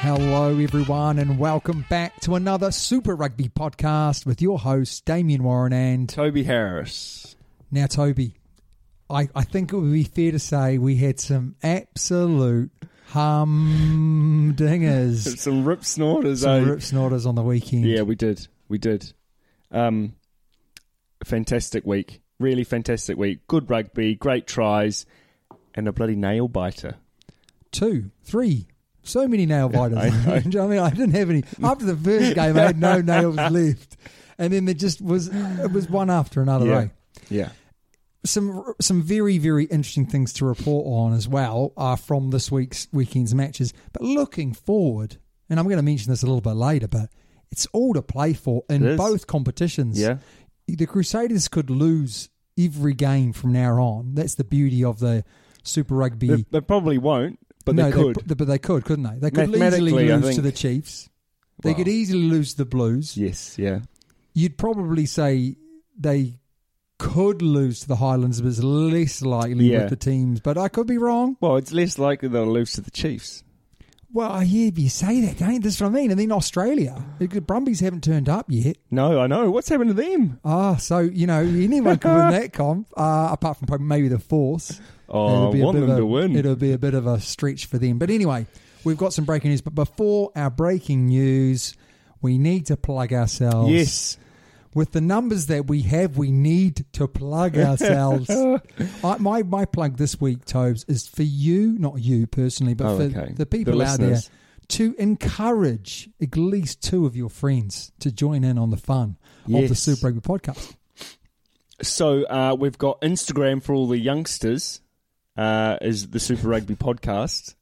Hello, everyone, and welcome back to another Super Rugby podcast with your hosts, Damien Warren and Toby Harris. now Toby. I, I think it would be fair to say we had some absolute humdingers, Some rip snorters. eh? some rip snorters on the weekend. Yeah, we did. We did. Um, fantastic week. Really fantastic week. Good rugby, great tries, and a bloody nail biter. Two, three, so many nail biters. Do you know what I mean, I didn't have any after the first game. I had no nails left, and then there just was it was one after another. yeah. eh? Yeah. some some very very interesting things to report on as well are from this week's weekend's matches. But looking forward, and I'm going to mention this a little bit later, but it's all to play for It in is. both competitions. Yeah. the Crusaders could lose every game from now on. That's the beauty of the Super Rugby. They, they probably won't, but no, they could. but they could, couldn't they? They could easily Mathematically, I lose to think- the Chiefs. They Wow. could easily lose to the Blues yes, yeah. you'd probably say they could lose to the Highlanders, but it's less likely Yeah. with the teams. But I could be wrong. Well, it's less likely they'll lose to the Chiefs. Well, I hear you say that, don't you? That's what I mean. And then Australia, the Brumbies haven't turned up yet. No, I know. What's happened to them? Ah, so you know anyone could win that comp, uh, apart from probably maybe the Force. Oh, I want bit them of a- to win. It'll be a bit of a stretch for them. But anyway, we've got some breaking news. But before our breaking news, we need to plug ourselves. Yes. with the numbers that we have, we need to plug ourselves. I, my my plug this week, Tobes, is for you, not you personally, but Oh, for okay. the people The out there listeners. to encourage at least two of your friends to join in on the fun of the Yes. Super Rugby podcast. So uh, we've got Instagram for all the youngsters. Uh, is the Super Rugby podcast?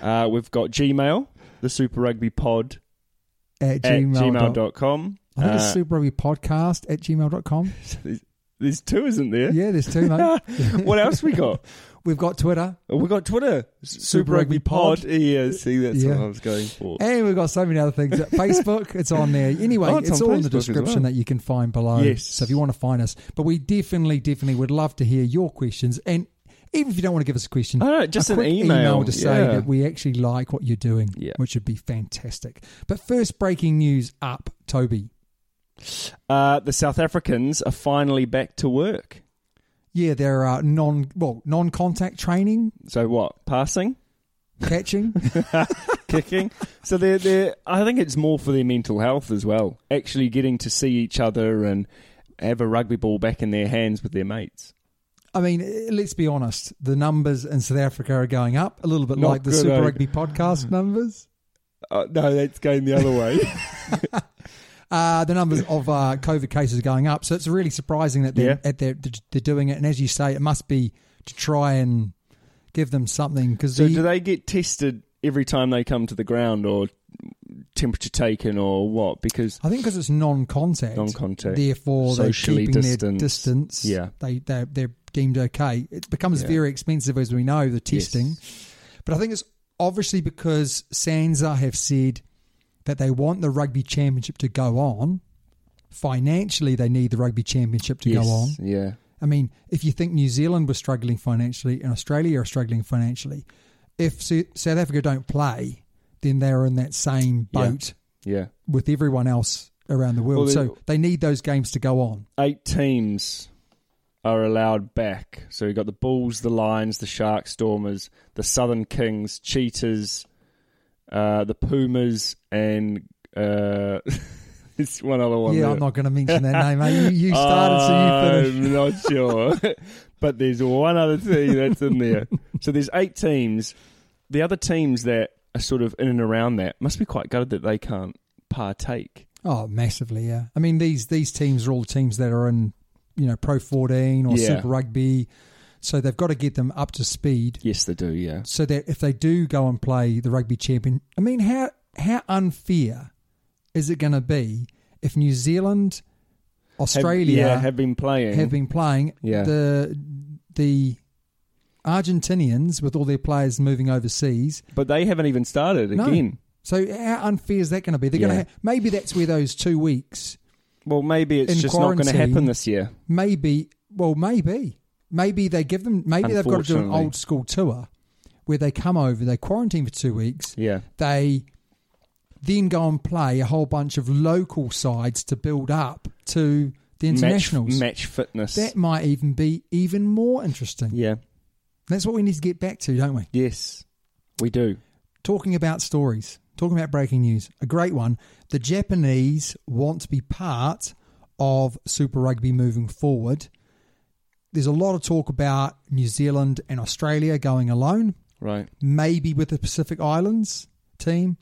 Uh, we've got Gmail, the Super Rugby Pod At, at gmail. dot gmail.com. I think it's Uh, Super Rugby Podcast at gmail.com. There's two, isn't there? Yeah, there's two, mate. what else we got? We've got Twitter We got Twitter, Super, Rugby Rugby Pod. Pod. Yeah, see, that's Yeah. what I was going for. and we've got so many other things. Facebook, it's on there. Anyway, Oh, it's, it's all on in the Facebook as description well. that you can find below. Yes. So if you want to find us, but we definitely, definitely would love to hear your questions. And even if you don't want to give us a question, Oh, no, just a an quick email. to say Yeah. that we actually like what you're doing, Yeah. which would be fantastic. But first, breaking news up, Toby. Uh, the South Africans are finally back to work. Yeah, there are non well non contact training, So what? Passing, catching. kicking. so they're they I think it's more for their mental health as well. Actually, getting to see each other and have a rugby ball back in their hands with their mates. I mean, eh, let's be honest. The numbers in South Africa are going up a little bit Not like the good, Super eh? Rugby podcast numbers. Uh, no, that's going the other way. Uh, the numbers of uh, COVID cases are going up, so it's really surprising that they're, Yeah. at they're, they're doing it. And as you say, it must be to try and give them something because so do they get tested every time they come to the ground, or temperature taken or what? Because I think because it's non-contact, Non-contact. therefore Socially they're keeping their distanced. distance. Yeah. they they're, they're deemed okay. It becomes Yeah. very expensive, as we know, the testing. But I think it's obviously because Sansa have said that they want the rugby championship to go on. Financially, they need the rugby championship to yes, go on. yeah, I mean, if you think New Zealand was struggling financially and Australia are struggling financially, if Su- South Africa don't play, then they're in that same Yeah. boat yeah. with everyone else around the world. Well, they- so they need those games to go on. Eight teams are allowed back. So we've got the Bulls, the Lions, the Shark Stormers, the Southern Kings, Cheetahs, uh, the Pumas, and uh, it's one other one. yeah, there. I'm not going to mention that name. Mate. You, you started, so you finished. I'm not sure. but there's one other thing that's in there. So there's eight teams. The other teams that are sort of in and around that must be quite gutted that they can't partake. Oh, massively, yeah. I mean, these these teams are all teams that are in, you know, Pro 14 or Yeah. Super Rugby, so they've got to get them up to speed Yes, they do, yeah. so that if they do go and play the Rugby Champion, I mean, how how unfair is it going to be if New Zealand, Have- Australia, yeah, have been playing. have been playing. Yeah. The the Argentinians with all their players moving overseas but they haven't even started No. again. So how unfair is that going to be? They're Yeah. going to ha- maybe that's where those two weeks. Well, maybe it's In just not going to quarantine. happen this year. Maybe well, maybe maybe they give them. Maybe they've got to do an Unfortunately. old school tour where they come over, they quarantine for two weeks, Yeah. they then go and play a whole bunch of local sides to build up to the internationals. Match, match fitness. That might even be even more interesting. yeah. That's what we need to get back to, don't we? Yes. We do. Talking about stories, talking about breaking news, a great one. The Japanese want to be part of Super Rugby moving forward. There's a lot of talk about New Zealand and Australia going alone, Right. maybe with the Pacific Islands team,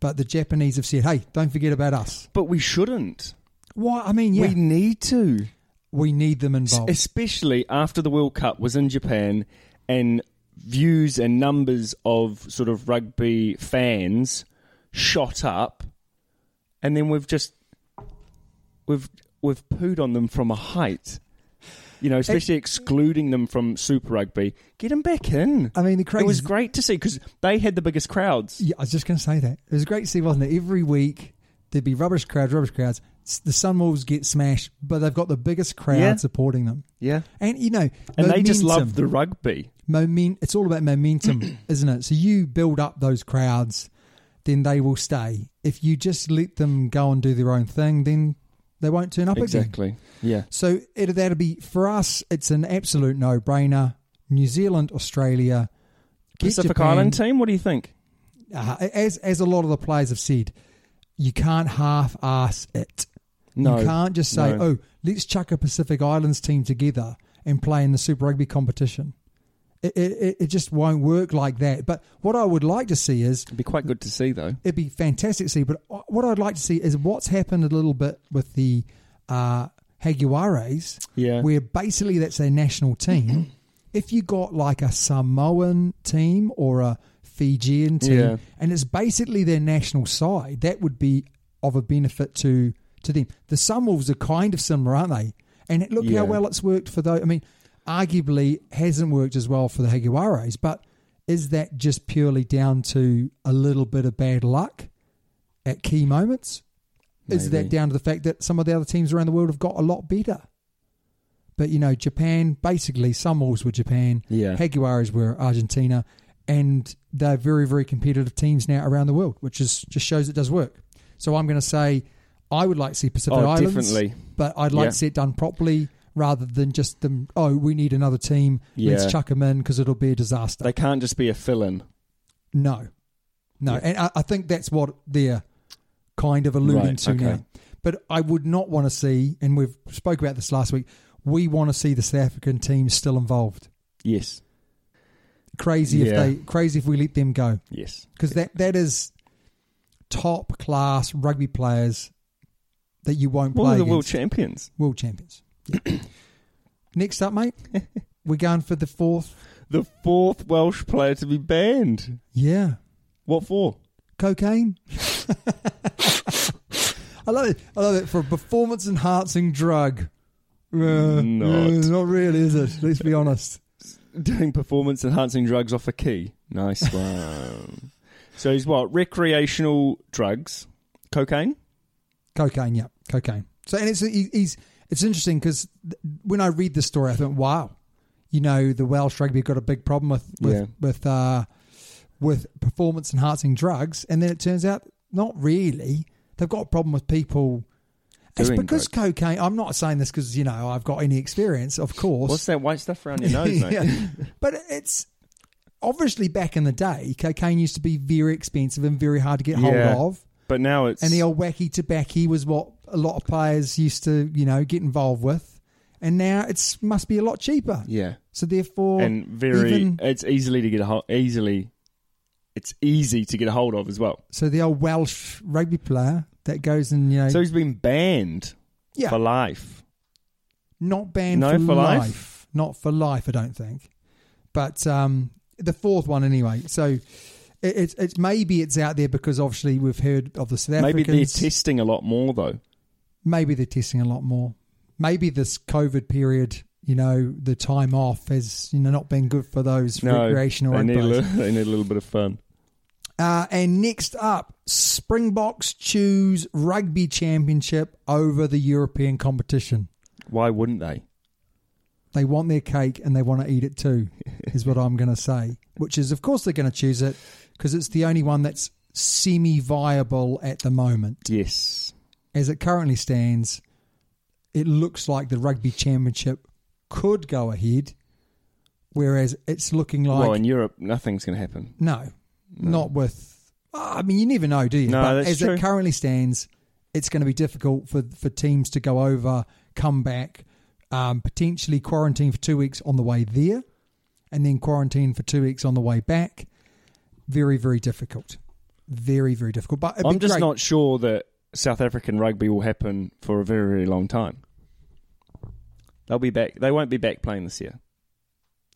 but the Japanese have said, hey, don't forget about us. But we shouldn't. Why? I mean, yeah, We we, need to. need them S- involved. Especially after the World Cup was in Japan and views and numbers of sort of rugby fans shot up and then we've just we've we've pooed on them from a height. You know, especially excluding them from Super Rugby. Get them back in. I mean, the it was crazy- great to see because they had the biggest crowds. Yeah, I was just going to say that. It was great to see, wasn't it? Every week there'd be rubbish crowds, rubbish crowds. S- The Sunwolves get smashed, but they've got the biggest crowd Yeah. supporting them. Yeah. And you know, And they just momentum- love the rugby. moment. It's all about momentum, isn't it? So you build up those crowds, then they will stay. If you just let them go and do their own thing, then they won't turn up again. Exactly. Yeah. So it, that'll be for us. It's an absolute no-brainer. New Zealand, Australia, get Pacific Japan- Island team, what do you think? uh, as as a lot of the players have said, you can't half ass it. No. you can't just say, No. "Oh, let's chuck a Pacific Islands team together and play in the Super Rugby competition." It, it, it- it just won't work like that. But what I would like to see is It'd be quite good to see though. it'd be fantastic to see. But what I'd like to see is what's happened a little bit with the uh, Haguares, Yeah. where basically that's their national team. if you got like a Samoan team or a Fijian team, Yeah. and it's basically their national side, that would be of a benefit to to them. The Sunwolves are kind of similar, aren't they? And look Yeah. how well it's worked for those. I mean, arguably hasn't worked as well for the Haguares, but is that just purely down to a little bit of bad luck at key moments? Is Maybe. that down to the fact that some of the other teams around the world have got a lot better? But you know, Japan basically some walls were Japan, Yeah. Haguares were Argentina, and they're very very competitive teams now around the world, which is just shows it does work. So I'm going to say I would like to see Pacific Oh, Islands, definitely. but I'd like Yeah. to see it done properly rather than just them. Oh, we need another team. Yeah. Let's chuck them in because it'll be a disaster. They can't just be a fill in. No, no, and I, I think that's what they're kind of alluding Right, to okay. now. But I would not want to see, and we've spoke about this last week. We want to see the South African team still involved. Yes. Crazy if Yeah. they, crazy if we let them go, Yes. because that that is top class rugby players that you won't Well, play they're the against. world champions. world champions. Yeah. Next up, mate, we're going for the fourth. The fourth Welsh player to be banned. Yeah, What for? cocaine. I love it. I love it for a performance enhancing drug. Uh, Not. uh, not really, is it? Let's be honest. Doing performance enhancing drugs off a key. Nice one. so he's what? Recreational drugs, cocaine. Cocaine, yeah, cocaine. So, and it's he, he's it's interesting because when I read this story, I think, wow, you know, the Welsh rugby got a big problem with with Yeah. with, uh, with performance enhancing drugs, and then it turns out not really. They've got a problem with people. it's Doing because cocaine. I'm not saying this because you know I've got any experience, of course. What's that white stuff around your nose, mate? Yeah. But it's obviously back in the day, cocaine used to be very expensive and very hard to get Yeah. hold of. But now it's And the old wacky tobacco was what a lot of players used to, you know, get involved with. And now it's must be a lot cheaper. yeah, So therefore, and very. even- it's easily to get a hold. Easily, it's easy to get a hold of as well. so the old Welsh rugby player that goes and you know, So he's been banned yeah, for life. not banned No, for, for life. life? not for life. I don't think, but um, the fourth one anyway. So it- it's it's maybe it's out there because obviously we've heard of the South Maybe they're Africans. testing a lot more though. maybe they're testing a lot more. Maybe this COVID period, you know, the time off has you know not been good for those recreational they need, a rugbyers. little, they need a little bit of fun. Uh, and next up, Springboks choose rugby championship over the European competition. Why wouldn't they? They want their cake and they want to eat it too, is what I'm going to say. Which is, of course, they're going to choose it because it's the only one that's semi-viable at the moment. Yes. as it currently stands, it looks like the rugby championship could go ahead, whereas it's looking like well, in Europe, nothing's going to happen. no, not with. ah, I mean, you never know, do you? No, but that's as true. it currently stands, it's going to be difficult for for teams to go over, come back, um, potentially quarantine for two weeks on the way there, and then quarantine for two weeks on the way back. Very, very difficult. Very, very difficult. But it'd I'm be just great. not sure that South African rugby will happen for a very, very long time. They'll be back. They won't be back playing this year.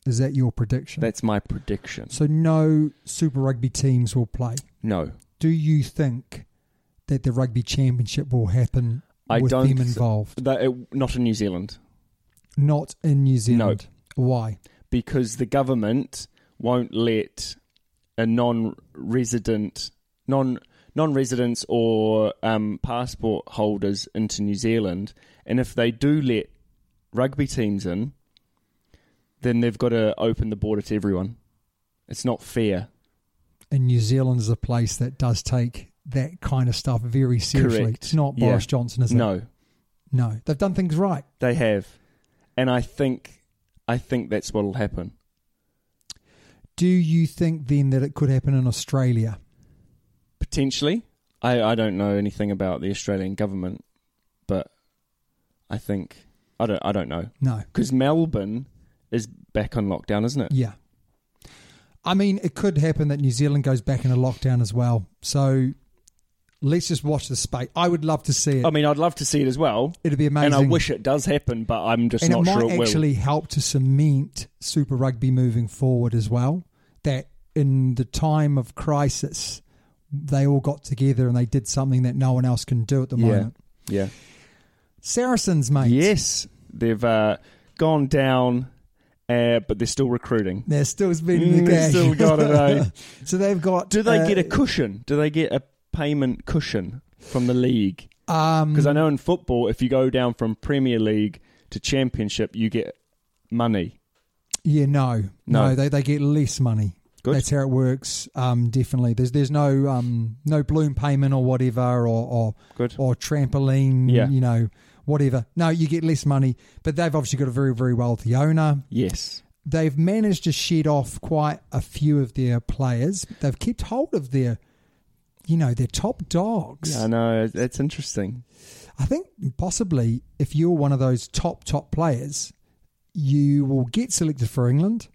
Is that your prediction? That's my prediction. So no Super Rugby teams will play. No, Do you think that the Rugby Championship will happen I with don't. them th- involved? that it- not in New Zealand Not in New Zealand. Why? because the government won't let a non-resident, non non-residents or um, passport holders into New Zealand, and if they do let rugby teams in, then they've got to open the border to everyone. It's not fair. And New Zealand is a place that does take that kind of stuff very seriously. Correct. It's not Yeah. Boris Johnson, is it? No, No. They've done things right. they have, and I think I think that's what'll happen. Do you think then that it could happen in Australia? Potentially. I, I don't know anything about the Australian government, but I think I don't I don't know No. because Melbourne is back on lockdown, isn't it? Yeah. I mean, it could happen that New Zealand goes back into lockdown as well. So let's just watch the space. I would love to see it. I mean, I'd love to see it as well, It'd be and amazing. I wish it does happen, but I'm just and not it might sure it actually help to cement Super Rugby moving forward as well. That in the time of crisis, they all got together and they did something that no one else can do at the will. Yeah, moment. yeah, Saracens, mate. yes, they've uh, gone down, uh, but they're still recruiting. They're still spending Mm, the they cash. still got it. eh? so they've got. Do they uh, get a cushion? Do they get a payment cushion from the league? Um, Because I know in football, if you go down from Premier League to Championship, you get money. Yeah, no, no, No. they they get less money. Good. That's how it works. Um, definitely, there's there's no um no bloom payment or whatever or or Good. or trampoline. Yeah. you know whatever. No, you get less money, but they've obviously got a very very wealthy owner. Yes. They've managed to shed off quite a few of their players. They've kept hold of their, you know, their top dogs. I know. That's interesting. I think possibly if you're one of those top top players, you will get selected for England.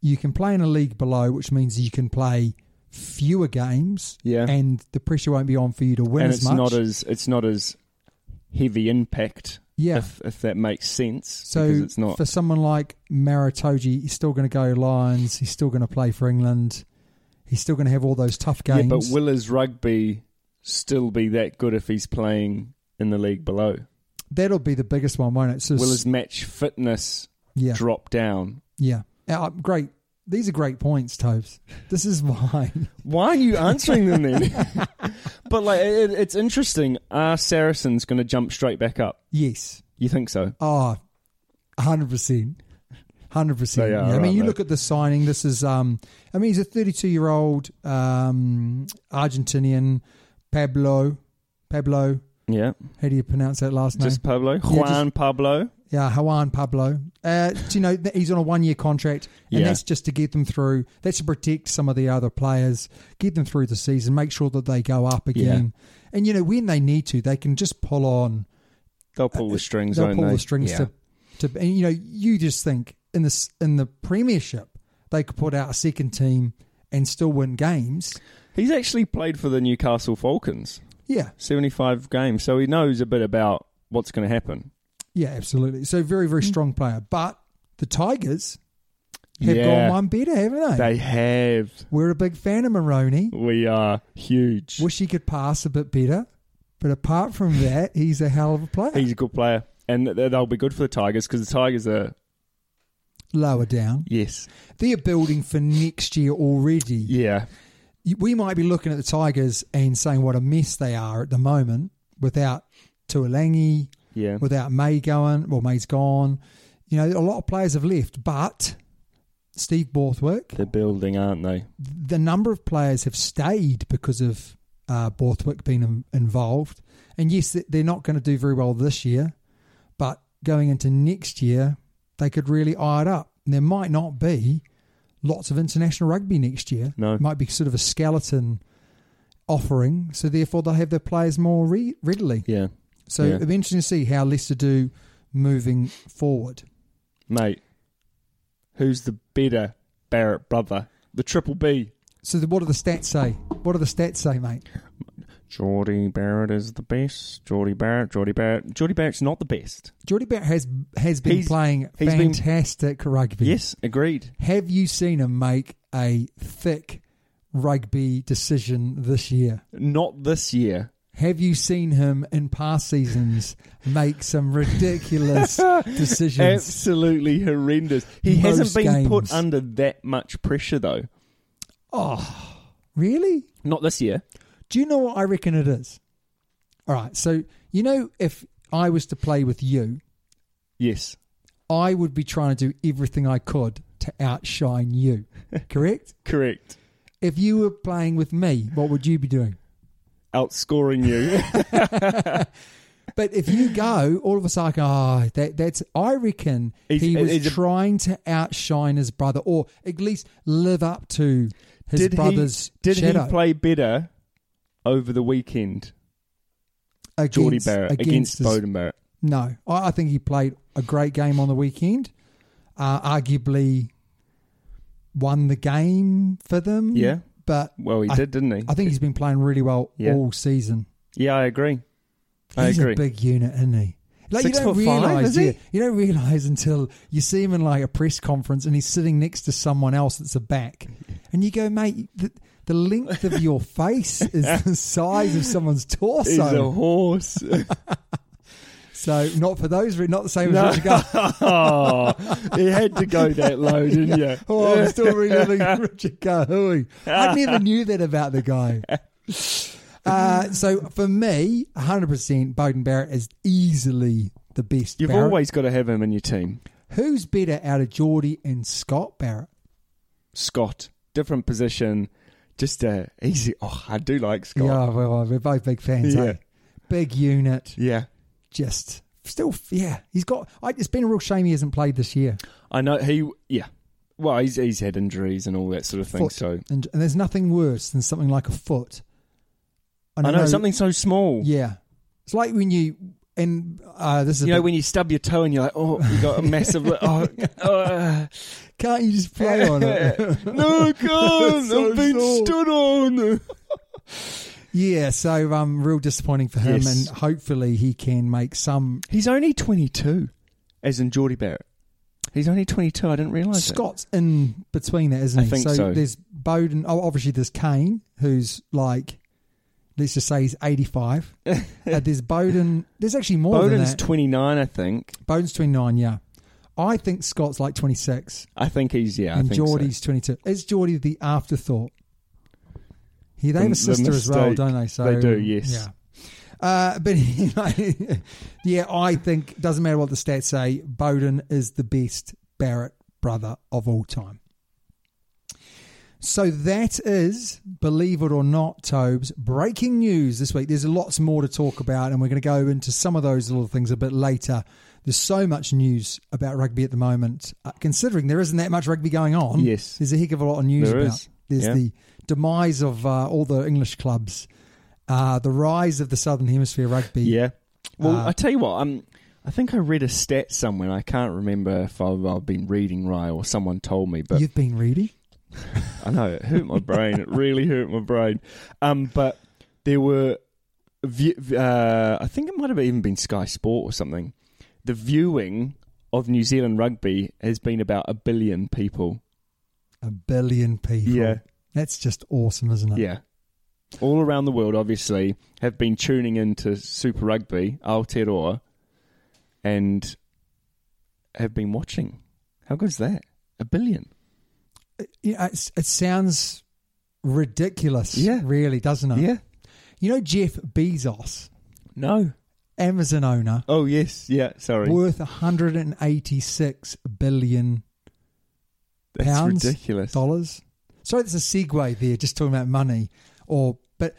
You can play in a league below, which means you can play fewer games, Yeah. and the pressure won't be on for you to win and as it's much. not as it's not as heavy impact. Yeah. If, if that makes sense. so because it's not. for someone like Maritoji, he's still going to go Lions. He's still going to play for England. He's still going to have all those tough Yeah, games. but will his rugby still be that good if he's playing in the league below? That'll be the biggest one, won't it? So, Will his match fitness yeah, drop down? yeah. Uh, great. These are great points, Tobes. This is why. Why are you answering them then? but like, it, it's interesting. Are Saracens going to jump straight back up? yes. You think so? Oh, 100%. 100%. They are, Yeah, I mean, aren't you they? look at the signing. This is, um, I mean, he's a 32 year old um, Argentinian, Pablo. Pablo. Yeah, How do you pronounce that last name? just Pablo, Juan Pablo. Yeah, Juan Pablo. Uh, do you know, th- he's on a one year contract, and Yeah. that's just to get them through. That's to protect some of the other players, get them through the season, make sure that they go up again. And, you know, when they need to, they can just pull on, Uh, They'll pull the strings. they'll won't pull they? the strings Yeah. to, to, and, you know, you just think in this in the Premiership, they could put out a second team and still win games. He's actually played for the Newcastle Falcons, Yeah, seventy-five games, so he knows a bit about what's going to happen. yeah, absolutely. So, very, very strong player. But the Tigers have Yeah. gone one better, haven't they? They have. We're a big fan of Maroney. We are huge. Wish he could pass a bit better, but apart from that, he's a hell of a player. He's a good player, and th- they'll be good for the Tigers because the Tigers are Lower down, yes, they're building for next year already. yeah, You- We might be looking at the Tigers and saying what a mess they are at the moment without Tuolangi, yeah. without May going. Well, May's gone. You know, a lot of players have left, but Steve Borthwick, They're building, aren't they? the number of players have stayed because of uh, Borthwick being in- involved. And yes, th- they're not going to do very well this year, but going into next year, they could really eye it up. And there might not be lots of international rugby next year. No. It might be sort of a skeleton offering. So therefore, they'll have their players more re- readily. Yeah, So Yeah. it'll be interesting to see how Leicester do moving forward. mate. Who's the better Barrett brother? The Triple B. So the, what do the stats say? What do the stats say, mate? Geordie Barrett is the best. Geordie Barrett, Geordie Barrett, Geordie Barrett's not the best. Jordy Barrett has has been He's- playing he's been- fantastic rugby. Yes, agreed. Have you seen him make a thick rugby decision this year? Not this year. Have you seen him in past seasons make some ridiculous decisions? Absolutely horrendous. He hasn't Most been games. put under that much pressure though. Really? Not this year. Do you know what I reckon it is? All right. So, you know, if I was to play with you, Yes. I would be trying to do everything I could to outshine you, correct? Correct. if you were playing with me, what would you be doing? Outscoring you. But if you go, all of a sudden, oh, that, that's, I reckon He's- he was he's a- trying to outshine his brother or at least live up to his did brother's he, did shadow he play better over the weekend, against, Geordie Barrett, against, his- Bowden Barrett? No, I, I think he played a great game on the weekend, uh, arguably won the game for them. Yeah. But Well, he I- did, didn't he? I think he's been playing really well Yeah. all season. Yeah, I agree. I He's agree. a big unit, isn't he? Like Six you don't foot five, realize, is he? yeah, you don't realize until you see him in like a press conference and he's sitting next to someone else that's a back, and you go, mate, the, the length of your face is the size of someone's He's a torso. horse. So not for those, re- not the same No. as Richard Gar- oh, he had to go that low, didn't you? Oh, I'm still reliving Richard Kahui. I never knew that about the guy. Uh, so for me, 100% Bowden Barrett is easily the best. You've Barrett. always got to have him in your team. Who's better out of Geordie and Scott Barrett? Scott, different position, just a easy. Oh, I do like Scott. Yeah, well, we're both big fans. Yeah. Eh? Big unit. Yeah. Just still, yeah. He's got. I, it's been a real shame he hasn't played this year. I know he. Yeah, well, he's he's had injuries and all that sort of thing. Foot. So and, and there's nothing worse than something like a foot. And I know something so small. Yeah, it's like when you and uh, this You is. a know, bit- when you stub your toe and you're like, oh, you got a massive. li- oh, uh, can't you just play on it? no, God, So I've been sore. stood on. yeah, so um, real disappointing for him, Yes. and hopefully he can make some. He's only 22, as in Geordie Barrett. He's only 22. I didn't realise. it. Scott's in between that, isn't I he? think so. there's Bowden. Oh, obviously there's Kane, who's like, let's just say he's 85. uh, there's Bowden. There's actually more than Bowden's that. 29, I think. Bowden's 29. Yeah, I think Scott's like 26, I think he's yeah. I and think so. Geordie's 22. Is Geordie the afterthought? He they have The- a the sister as well, mistake. don't they? So They do, yes. Yeah. Uh, but anyway, yeah, I think doesn't matter what the stats say. Bowden is the best Barrett brother of all time. So that is, believe it or not, Tobes, breaking news this week. There's lots more to talk about, and we're going to go into some of those little things a bit later. There's so much news about rugby at the moment, uh, considering there isn't that much rugby going on. Yes. There's a heck of a lot of news There about. is, There's yeah. the demise of uh, all the English clubs, uh, the rise of the Southern Hemisphere rugby. Yeah. Well, Uh, I tell you what. Um, I think I read a stat somewhere. I can't remember if I've, I've been reading right or someone told me, but You've been reading? I know it hurt my brain. It really hurt my brain. Um, but there were, view, uh, I think it might have even been Sky Sport or something. The viewing of New Zealand rugby has been about a billion people. A billion people. Yeah. That's just awesome, isn't it? Yeah. All around the world, obviously, have been tuning into Super Rugby, Aotearoa, and have been watching. How good's that? A billion. You know, it's, it sounds ridiculous, Yeah. really, doesn't it? Yeah. You know, Jeff Bezos, No. Amazon owner, Oh, yes. Yeah. Sorry. worth 186 billion That's pounds, ridiculous. dollars. Sorry, that's a segue there, just talking about money. Or, but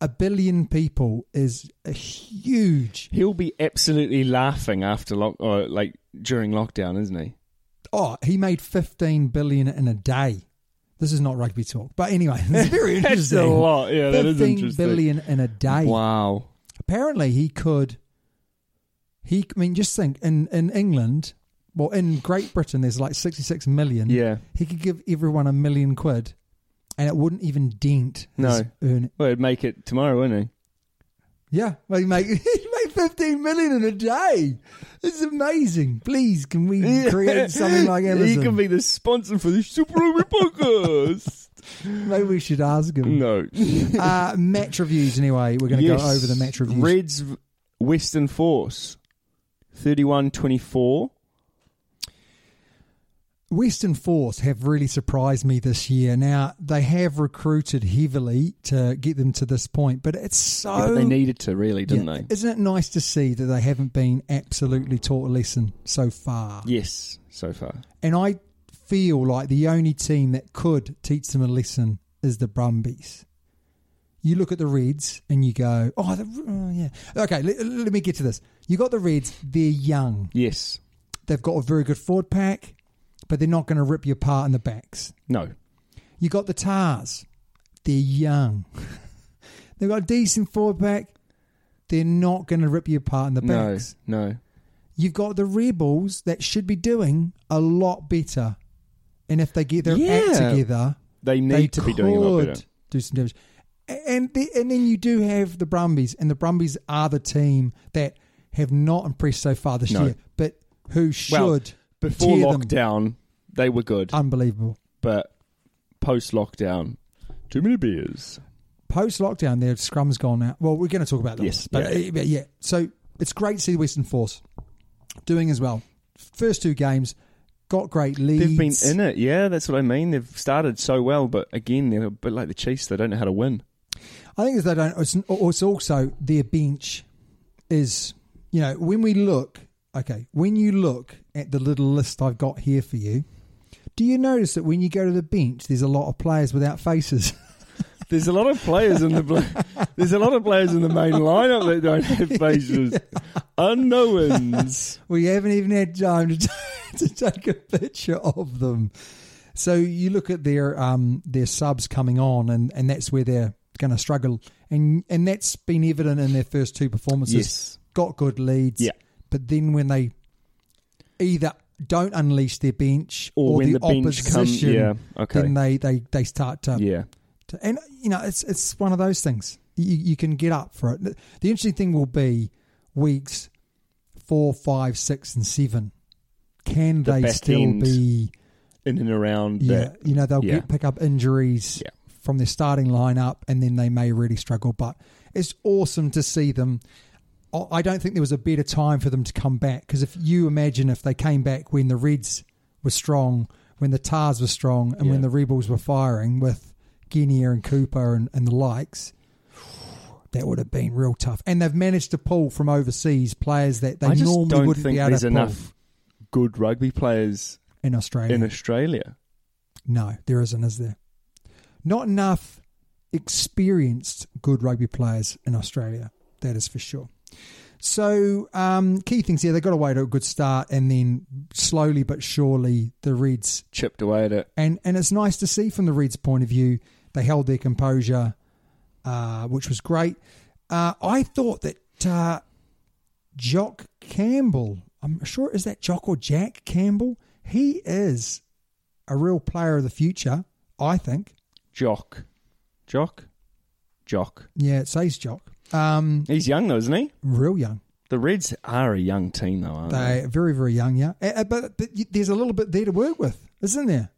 a billion people is a huge. He'll be absolutely laughing after lock or like during lockdown, isn't he? Oh, he made 15 billion in a day. This is not rugby talk, but anyway, it's very interesting. That's a lot. Yeah, that is 15 interesting. billion in a day. Wow. apparently he could he i mean just think in in england well in great britain there's like 66 million Yeah. he could give everyone a million quid and it wouldn't even dent No. his earn Well, he'd make it tomorrow, wouldn't he? yeah well he make he make 15 million in a day it's amazing please can we create something like amazon He can be the sponsor for the Super Rugby podcast. maybe we should ask him No. uh match reviews anyway we're going to go over the match reviews Reds, v- Western Force, 31 24. Western Force have really surprised me this year. Now they have recruited heavily to get them to this point, but it's so but they needed to, really, didn't Oh. Yeah, they? Isn't it nice to see that they haven't been absolutely taught a lesson so far? Yes, so far. And I feel like the only team that could teach them a lesson is the Brumbies. You look at the Reds and you go, "Oh, the, oh yeah, okay." Let, let me get to this. You got the Reds; they're young. Yes. They've got a very good forward pack, but they're not going to rip you apart in the backs. No. You got the Tars. They're young. They've got a decent forward back. They're not going to rip you apart in the No. backs. No. You've got the Rebels that should be doing a lot better. And if they get their act Yeah. together, They need they to could be doing a lot better. do some damage. And, the, and then you do have the Brumbies, and the Brumbies are the team that have not impressed so far this No. year, but who should Well, before tear them. Uh, lockdown, they were good, Unbelievable. but post lockdown, too many beers. post lockdown, their scrum's gone out. Well, we're going to talk about that. Yes, but yeah. uh, but yeah. So it's great to see Western Force doing as well. First two games got great leads. They've been in it, yeah. That's what I mean. They've started so well, but again, they're a bit like the Chiefs. They don't know how to win. I think it's they don't. It's, it's also their bench is you know when we look. Okay, when you look at the little list I've got here for you, do you notice that when you go to the bench, there's a lot of players without faces? There's a lot of players in the bla- there's a lot of players in the main lineup that don't have faces, unknowns. We haven't even had time to, to take a picture of them. So you look at their um, their subs coming on, and, and that's where they're going to struggle, and and that's been evident in their first two performances. Yes. Got good leads, Yeah. but then when they either don't unleash their bench Or or, when the, the bench come- opposition, yeah, okay. then they, they, they start to Yeah, to- and you know it's it's one of those things you, you can get up for it the interesting thing will be weeks four five six and seven can The they back still end. be? in and around Yeah, that. you know they'll yeah. get pick up injuries Yeah. from their starting lineup, and then they may really struggle. But it's awesome to see them. I- I don't think there was a better time for them to come back because if you imagine if they came back when the Reds were strong, when the Tars were strong, and when Yeah. the Rebels were firing with Guinea and Cooper and, and the likes. That would have been real tough, and they've managed to pull from overseas players that they I just normally don't wouldn't think be able there's to enough good rugby players pull in Australia. in Australia. No, there isn't, is there? Not enough experienced good rugby players in Australia, that is for sure. So, um, key things here, they got away to a good start, and then slowly but surely, the Reds Chipped away at it. and and it's nice to see from the Reds' point of view they held their composure, uh, which was great. Uh, I thought that uh, Jock Campbell, I'm sure is that Jock or Jack Campbell, he is a real player of the future. I think. Jock. Jock? Jock. Yeah, it says Jock. Um, He's young though, isn't he? real young. The Reds are a young team though, aren't they? They very very young. Yeah, Uh, uh, but, but y- there's a little bit there to work with, isn't there?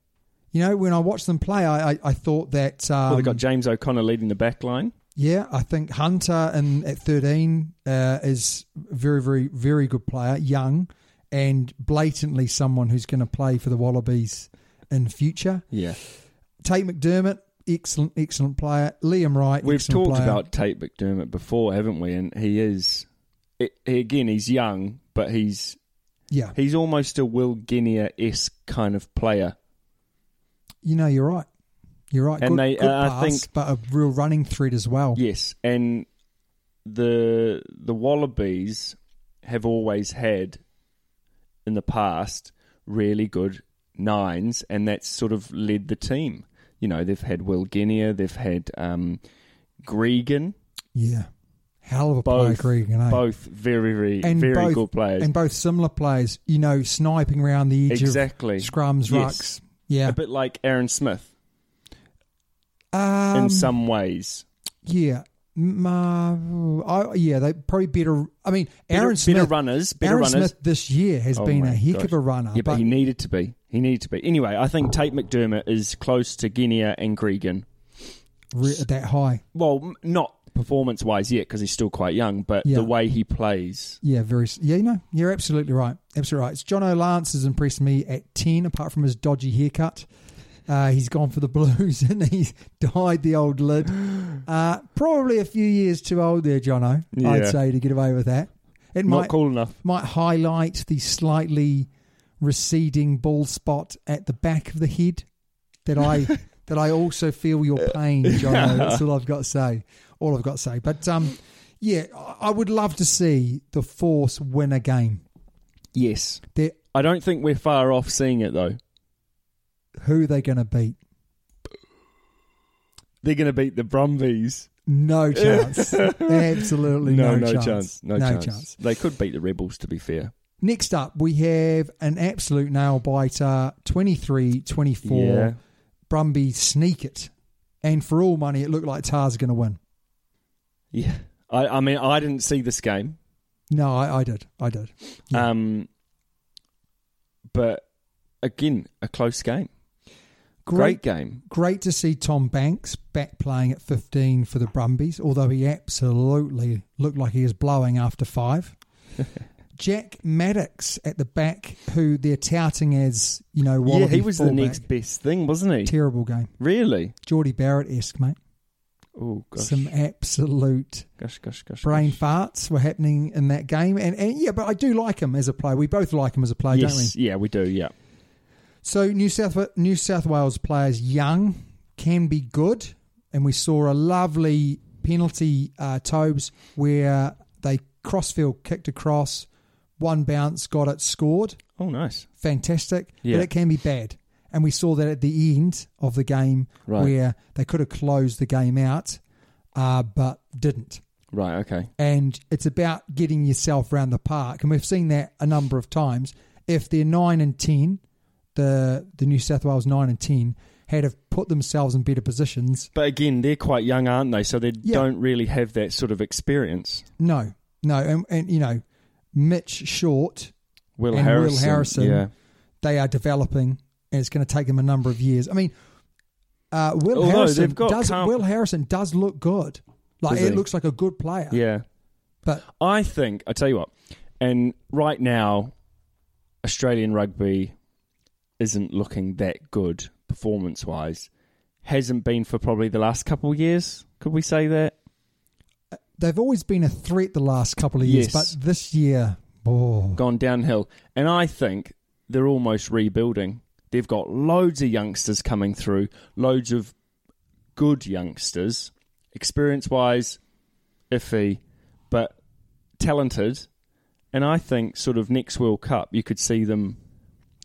You know, when I watched them play, I I, I thought that um, well, they've got James O'Connor leading the back line. Yeah, I think Hunter and at thirteen uh, is very, very, very good player, young and blatantly someone who's going to play for the Wallabies in future. Yeah. Tate McDermott, excellent, excellent player. Liam Wright, We've excellent talked player. about Tate McDermott before, haven't we? And he is, it, he, again, he's young, but he's yeah, he's almost a Will Guinea esque kind of player. you know, you're right, you're right. And good, they- good uh, I pass, think- but a real running thread as well. Yes, and the the Wallabies have always had in the past really good nines, and that's sort of led the team. You know, they've had Will Guinea, they've had um, Gregan, Yeah, hell of a both player, Gregan. eh? both very very very both, good players. and both similar players. You know, sniping around the edge Exactly. of Yes. scrums, rucks. Yeah, a bit like Aaron Smith um, in some ways. Yeah. Mm, uh, I, yeah, they probably better. I mean, Better- Aaron Smith, better runners, better Aaron runners. Smith this year has Oh been a my heck gosh. of a runner. Yeah, but, but he needed to be. He needed to be. Anyway, I think Tate McDermott is close to Guinea and Gregan. re- that high, Well, m- not performance wise yet because he's still quite young, but Yeah. the way he plays. yeah, very. s- Yeah, you know, you're absolutely right. Absolutely right. It's John O'Lance has impressed me at ten. Apart from his dodgy haircut, uh, he's gone for the blues and he's dyed the old lid. Uh, probably a few years too old there, Jono. I'd Yeah. say to get away with that. It Not might cool enough. might highlight the slightly receding bald spot at the back of the head that I that I also feel your pain, John. That's all I've got to say. All I've got to say. But um, yeah, I I would love to see the Force win a game. Yes. They're, I don't think we're far off seeing it though. who are they going to beat? They're going to beat the Brumbies. No chance. Absolutely No, no, no, chance. No, No, chance. chance. They could beat the Rebels, to be fair. Next up, we have an absolute nail biter 23 24 Yeah. Brumby sneak it. And for all money, it looked like Tars going to win. Yeah. I, I mean, I didn't see this game. No, I, I did. I did. Yeah. Um, but again, a close game. Great Great, game. great to see Tom Banks back playing at 15 for the Brumbies, although he absolutely looked like he was blowing after five. Jack Maddox at the back, who they're touting as, you know, Yeah, Wallaby he was the fullback. next best thing, wasn't he? Terrible game. Really? Geordie Barrett esque, mate. Oh gosh, Some absolute gosh, gosh, gosh. brain gosh. farts were happening in that game. And, and yeah, but I do like him as a player. We both like him as a player, don't we? Yes, yeah, we do. Yeah, So New South New South Wales players young can be good, and we saw a lovely penalty uh, Tobes where they crossfield kicked across, one bounce got it scored, Oh, nice. fantastic. Yeah. But it can be bad, and we saw that at the end of the game Right. where they could have closed the game out, uh, but didn't Right. Okay. and it's about getting yourself round the park. And we've seen that a number of times. If they're nine and ten, the the New South Wales nine and ten had have put themselves in better positions. But again, they're quite young, aren't they? So they Yeah. don't really have that sort of experience. No, no, and, and you know, Mitch Short Will and Harrison. Will Harrison Yeah. They are developing, and it's going to take them a number of years. I mean, uh, Will Although Harrison they've got does. Cam- Will Harrison does look good. Like Does it he? looks like a good player. Yeah. But I think I tell you what, and right now, Australian rugby isn't looking that good performance wise. Hasn't been for probably the last couple of years. Could we say that? they've always been a threat the last couple of years. Yes. But this year, oh, Gone downhill. And I think they're almost rebuilding. They've got loads of youngsters coming through, loads of good youngsters. Experience wise, iffy, but talented. And I think sort of next World Cup, you could see them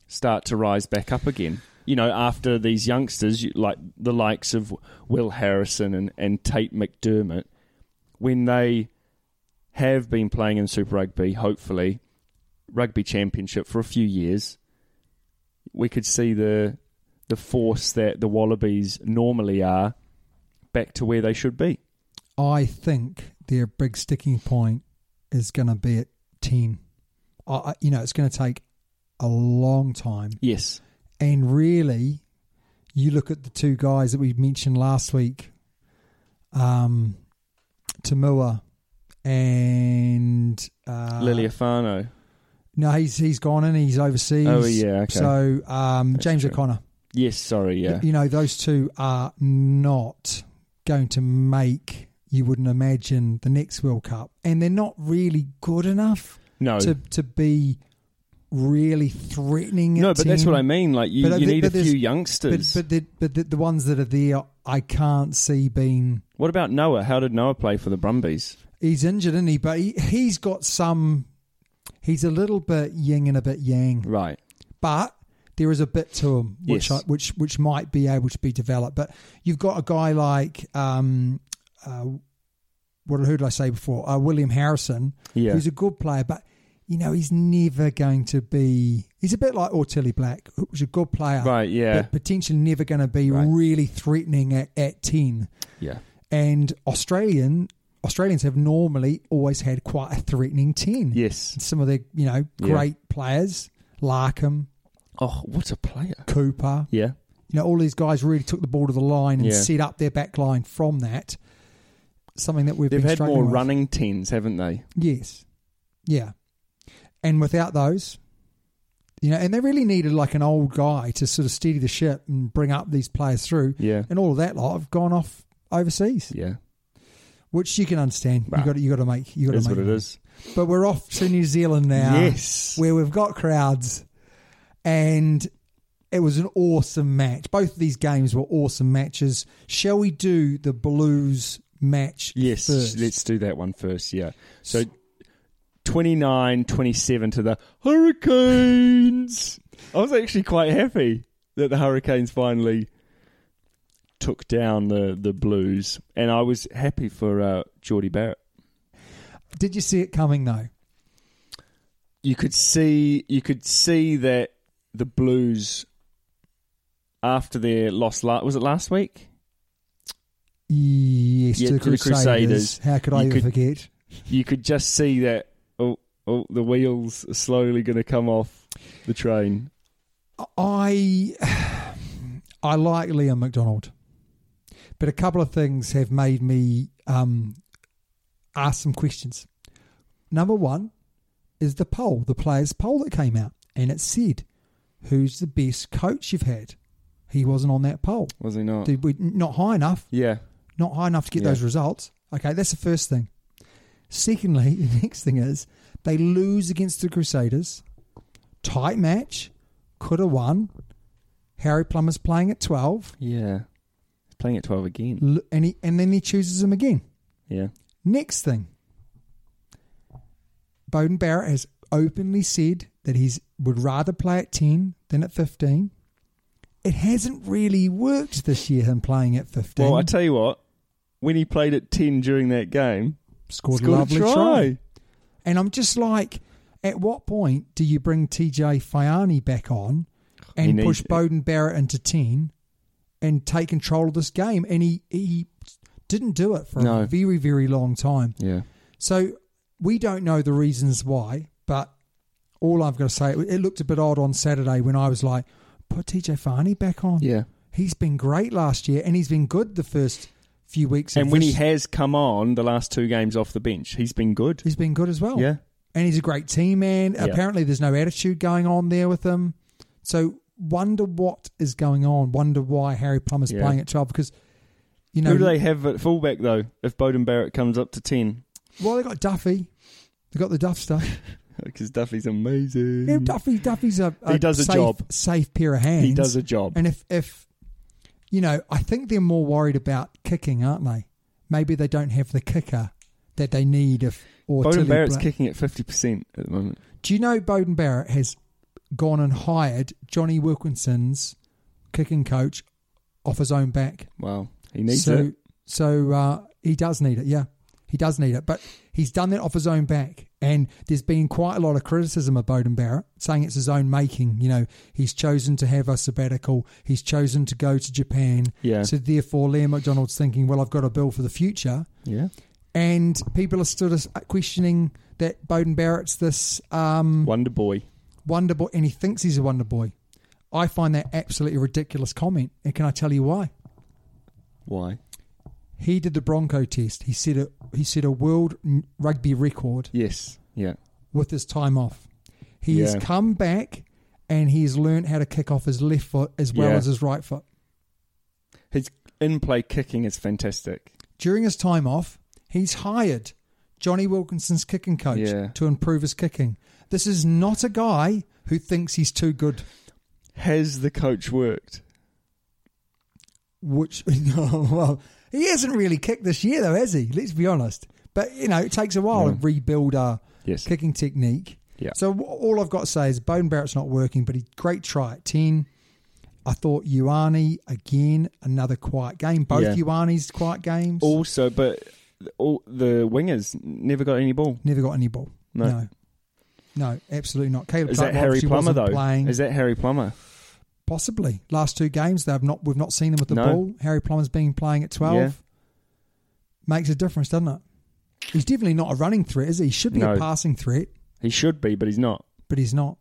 start to rise back up again. You know, after these youngsters, you, like the likes of Will Harrison and, and Tate McDermott, when they have been playing in Super Rugby, hopefully, Rugby Championship for a few years, we could see the the force that the Wallabies normally are back to where they should be. I think their big sticking point is going to be at ten. I, I- you know, it's going to take a long time Yes. And really, you look at the two guys that we mentioned last week, um, Tamua and uh, Liliafano. No, he's he's gone and he's overseas. Oh, yeah, okay. So um, James true. O'Connor. Yes, sorry, yeah. You know, those two are not going to make. You wouldn't imagine the next World Cup, and they're not really good enough No. to to be really threatening. at No, but that's 10. what I mean. Like you, But I you think need a that there's- few youngsters. But but the, but the, the ones that are there, I can't see being. what about Noah? How did Noah play for the Brumbies? He's injured, isn't he? But he, he's got some. He's a little bit yin and a bit yang, Right. but there is a bit to him which Yes. I, which which might be able to be developed. But you've got a guy like um, uh, what who did I say before? Uh, William Harrison, Yeah. who's a good player, but you know he's never going to be. He's a bit like Ortilli Black, who's a good player, Right, yeah. but potentially never going to be Right. really threatening at, at ten. Yeah. And Australian Australians have normally always had quite a threatening ten. Yes. some of their you know Yeah. great players, Larkham, Oh, what a player. Cooper, Yeah. you know, all these guys really took the ball to the line and Yeah. set up their back line from that. Something that we've They've been had struggling more with. running tens, haven't they? Yes, yeah, and without those, you know, and they really needed like an old guy to sort of steady the ship and bring up these players through. Yeah. and all of that lot have gone off overseas, Yeah. which you can understand. Nah. You got you got to make you It got is to make. what it is. But we're off to New Zealand now. Yes. where we've got crowds, and it was an awesome match. Both of these games were awesome matches. Shall we do the Blues match? Yes, first? let's do that one first. Yeah. So 29 27 to the Hurricanes. I was actually quite happy that the Hurricanes finally took down the, the Blues, and I was happy for uh, Geordie Barrett. Did you see it coming though? you could see you could see that the Blues after their loss la- was it last week? Yes, Yeah, to the to the Crusaders. Crusaders. How could I You even could- forget? You could just see that oh, oh the wheels are slowly going to come off the train. I I like Liam McDonald, but a couple of things have made me um, ask some questions. Number one is the poll, the players' poll that came out, and it said, "Who's the best coach you've had?" He wasn't on that poll. Was he not? Did we, not high enough yeah. not high enough to get Yeah. those results. Okay, that's the first thing. Secondly, the next thing is they lose against the Crusaders. Tight match, could have won. Harry Plummer's playing at 12, Yeah. He's playing at 12 again. l- and, he, and then he chooses him again. Yeah. Next thing, Bowden Barrett has openly said that he's would rather play at 10 than at 15. It hasn't really worked this year, him playing at 15. Well, I tell you what, when he played at 10 during that game, scored, scored a a lovely try. try. And I'm just like, at what point do you bring TJ Fiani back on He and needs push it. Bowden Barrett into 10 and take control of this game? And he, he didn't do it for No. a very, very long time. Yeah. So we don't know the reasons why, but all I've got to say, it, it looked a bit odd on Saturday when I was like, put TJ Farney back on. Yeah. He's been great last year and he's been good the first few weeks. of And when he this- has come on the last two games off the bench, he's been good. he's been good as well. Yeah. And he's a great team man. Yeah. Apparently, there's no attitude going on there with him. So, wonder what is going on. Wonder why Harry Plummer's Yeah. playing at 12 because, you know, Who do they have at fullback though? If Bowden Barrett comes up to ten, well, they got Duffy. They got the Duff stuff. because Duffy's amazing. Yeah, Duffy, Duffy's a, a He does a safe, job. safe pair of hands. He does a job. And if, if, you know, I think they're more worried about kicking, aren't they? Maybe they don't have the kicker that they need if or Bowden Tilly Barrett's Bla- kicking at fifty percent at the moment. Do you know Bowden Barrett has gone and hired Johnny Wilkinson's kicking coach off his own back? Wow, he needs so, it. So uh, he does need it, yeah. He does need it, but he's done that off his own back. And there's been quite a lot of criticism of Bowden Barrett, saying it's his own making. You know, he's chosen to have a sabbatical. He's chosen to go to Japan. Yeah. So therefore, Liam McDonald's thinking, well, I've got a bill for the future Yeah, and people are sort of questioning that Bowden Barrett's this um, Mm. Wonder Boy. wonder boy, and he thinks he's a wonder boy. I find that absolutely ridiculous comment, and can I tell you why? Why? He did the Bronco test. He set a he set a world n- rugby record Yes. Yeah. with his time off. He has Yeah. come back and he's learned how to kick off his left foot as well Yeah. as his right foot. His in-play kicking is fantastic. During his time off, he's hired Johnny Wilkinson's kicking coach Yeah. to improve his kicking. This is not a guy who thinks he's too good. Has the coach worked? Which no, well, he hasn't really kicked this year though, has he? Let's be honest. But you know, it takes a while to rebuild our Yes. kicking technique. Yeah. So w- all I've got to say is Bowden Barrett's not working, but he great try at ten. I thought Ioane again another quiet game. Both Yeah. Ioane's quiet games. Also, but all the wingers never got any ball. Never got any ball. No. no, No, absolutely not. Caleb Is Clark that Harry obviously Plummer wasn't though? Playing. Is that Harry Plummer? Possibly. Last two games, they've not. We've not seen them with the No. ball. Harry Plummer's been playing at twelve. Yeah. Makes a difference, doesn't it? He's definitely not a running threat, is he? He should be a No. passing threat, He should be, but he's not. but he's not.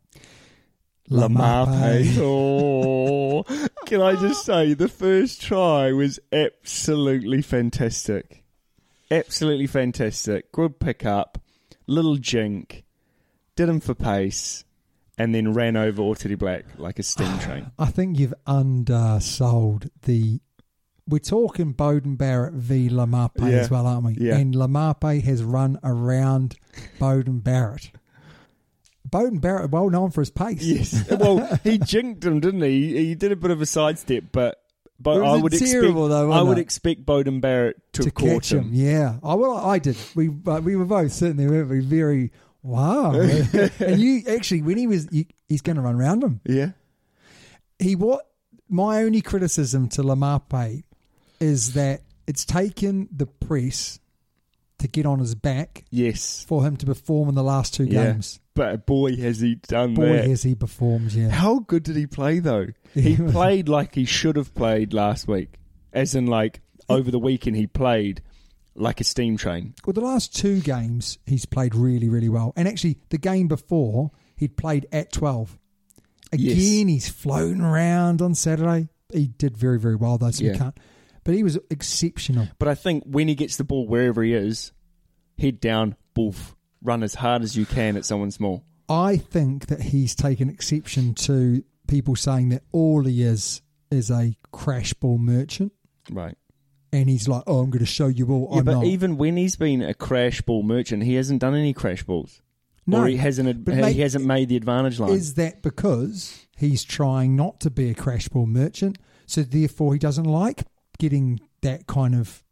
Lamape. Lamape. Oh, can I just say the first try was absolutely fantastic, absolutely fantastic. Good pick up, little jink, did him for pace, and then ran over Ortidi Black like a steam train. I think you've undersold the. We're talking Bowden Barrett v Lamape Yeah. as well, aren't we? Yeah. And Lamape has run around Bowden Barrett. Bowden Barrett, well known for his pace. Yes, well, he jinked him, didn't he? He- He did a bit of a sidestep, but but It was I would terrible expect though, I wasn't would it? expect Bowden Barrett to, to have caught catch him. Yeah. I well, I did. We uh, we were both sitting there, weren't we? Very wow. and you actually, when he was, you, he's going to run round him. Yeah, He what? My only criticism to Lamape is that it's taken the press to get on his back yes, for him to perform in the last two yeah. games. But boy, has he done Boy, that. has he performed! Yeah, How good did he play though? He played like he should have played last week, as in like over the weekend he played like a steam train. well, the last two games he's played really, really well. And actually, the game before he'd played at twelve. Yes. Again, he's floating around on Saturday. He did very, very well though, so Yeah. we can't. But he was exceptional. But I think when he gets the ball wherever he is, head down, boof, run as hard as you can at someone small. I think that he's taken exception to people saying that all he is is a crash ball merchant, Right. and he's like, "Oh, I'm going to show you all." Yeah, I'm but not. even when he's been a crash ball merchant, he hasn't done any crash balls. No. or he hasn't But he mate, hasn't made the advantage line. Is that because he's trying not to be a crash ball merchant, so therefore he doesn't like getting that kind of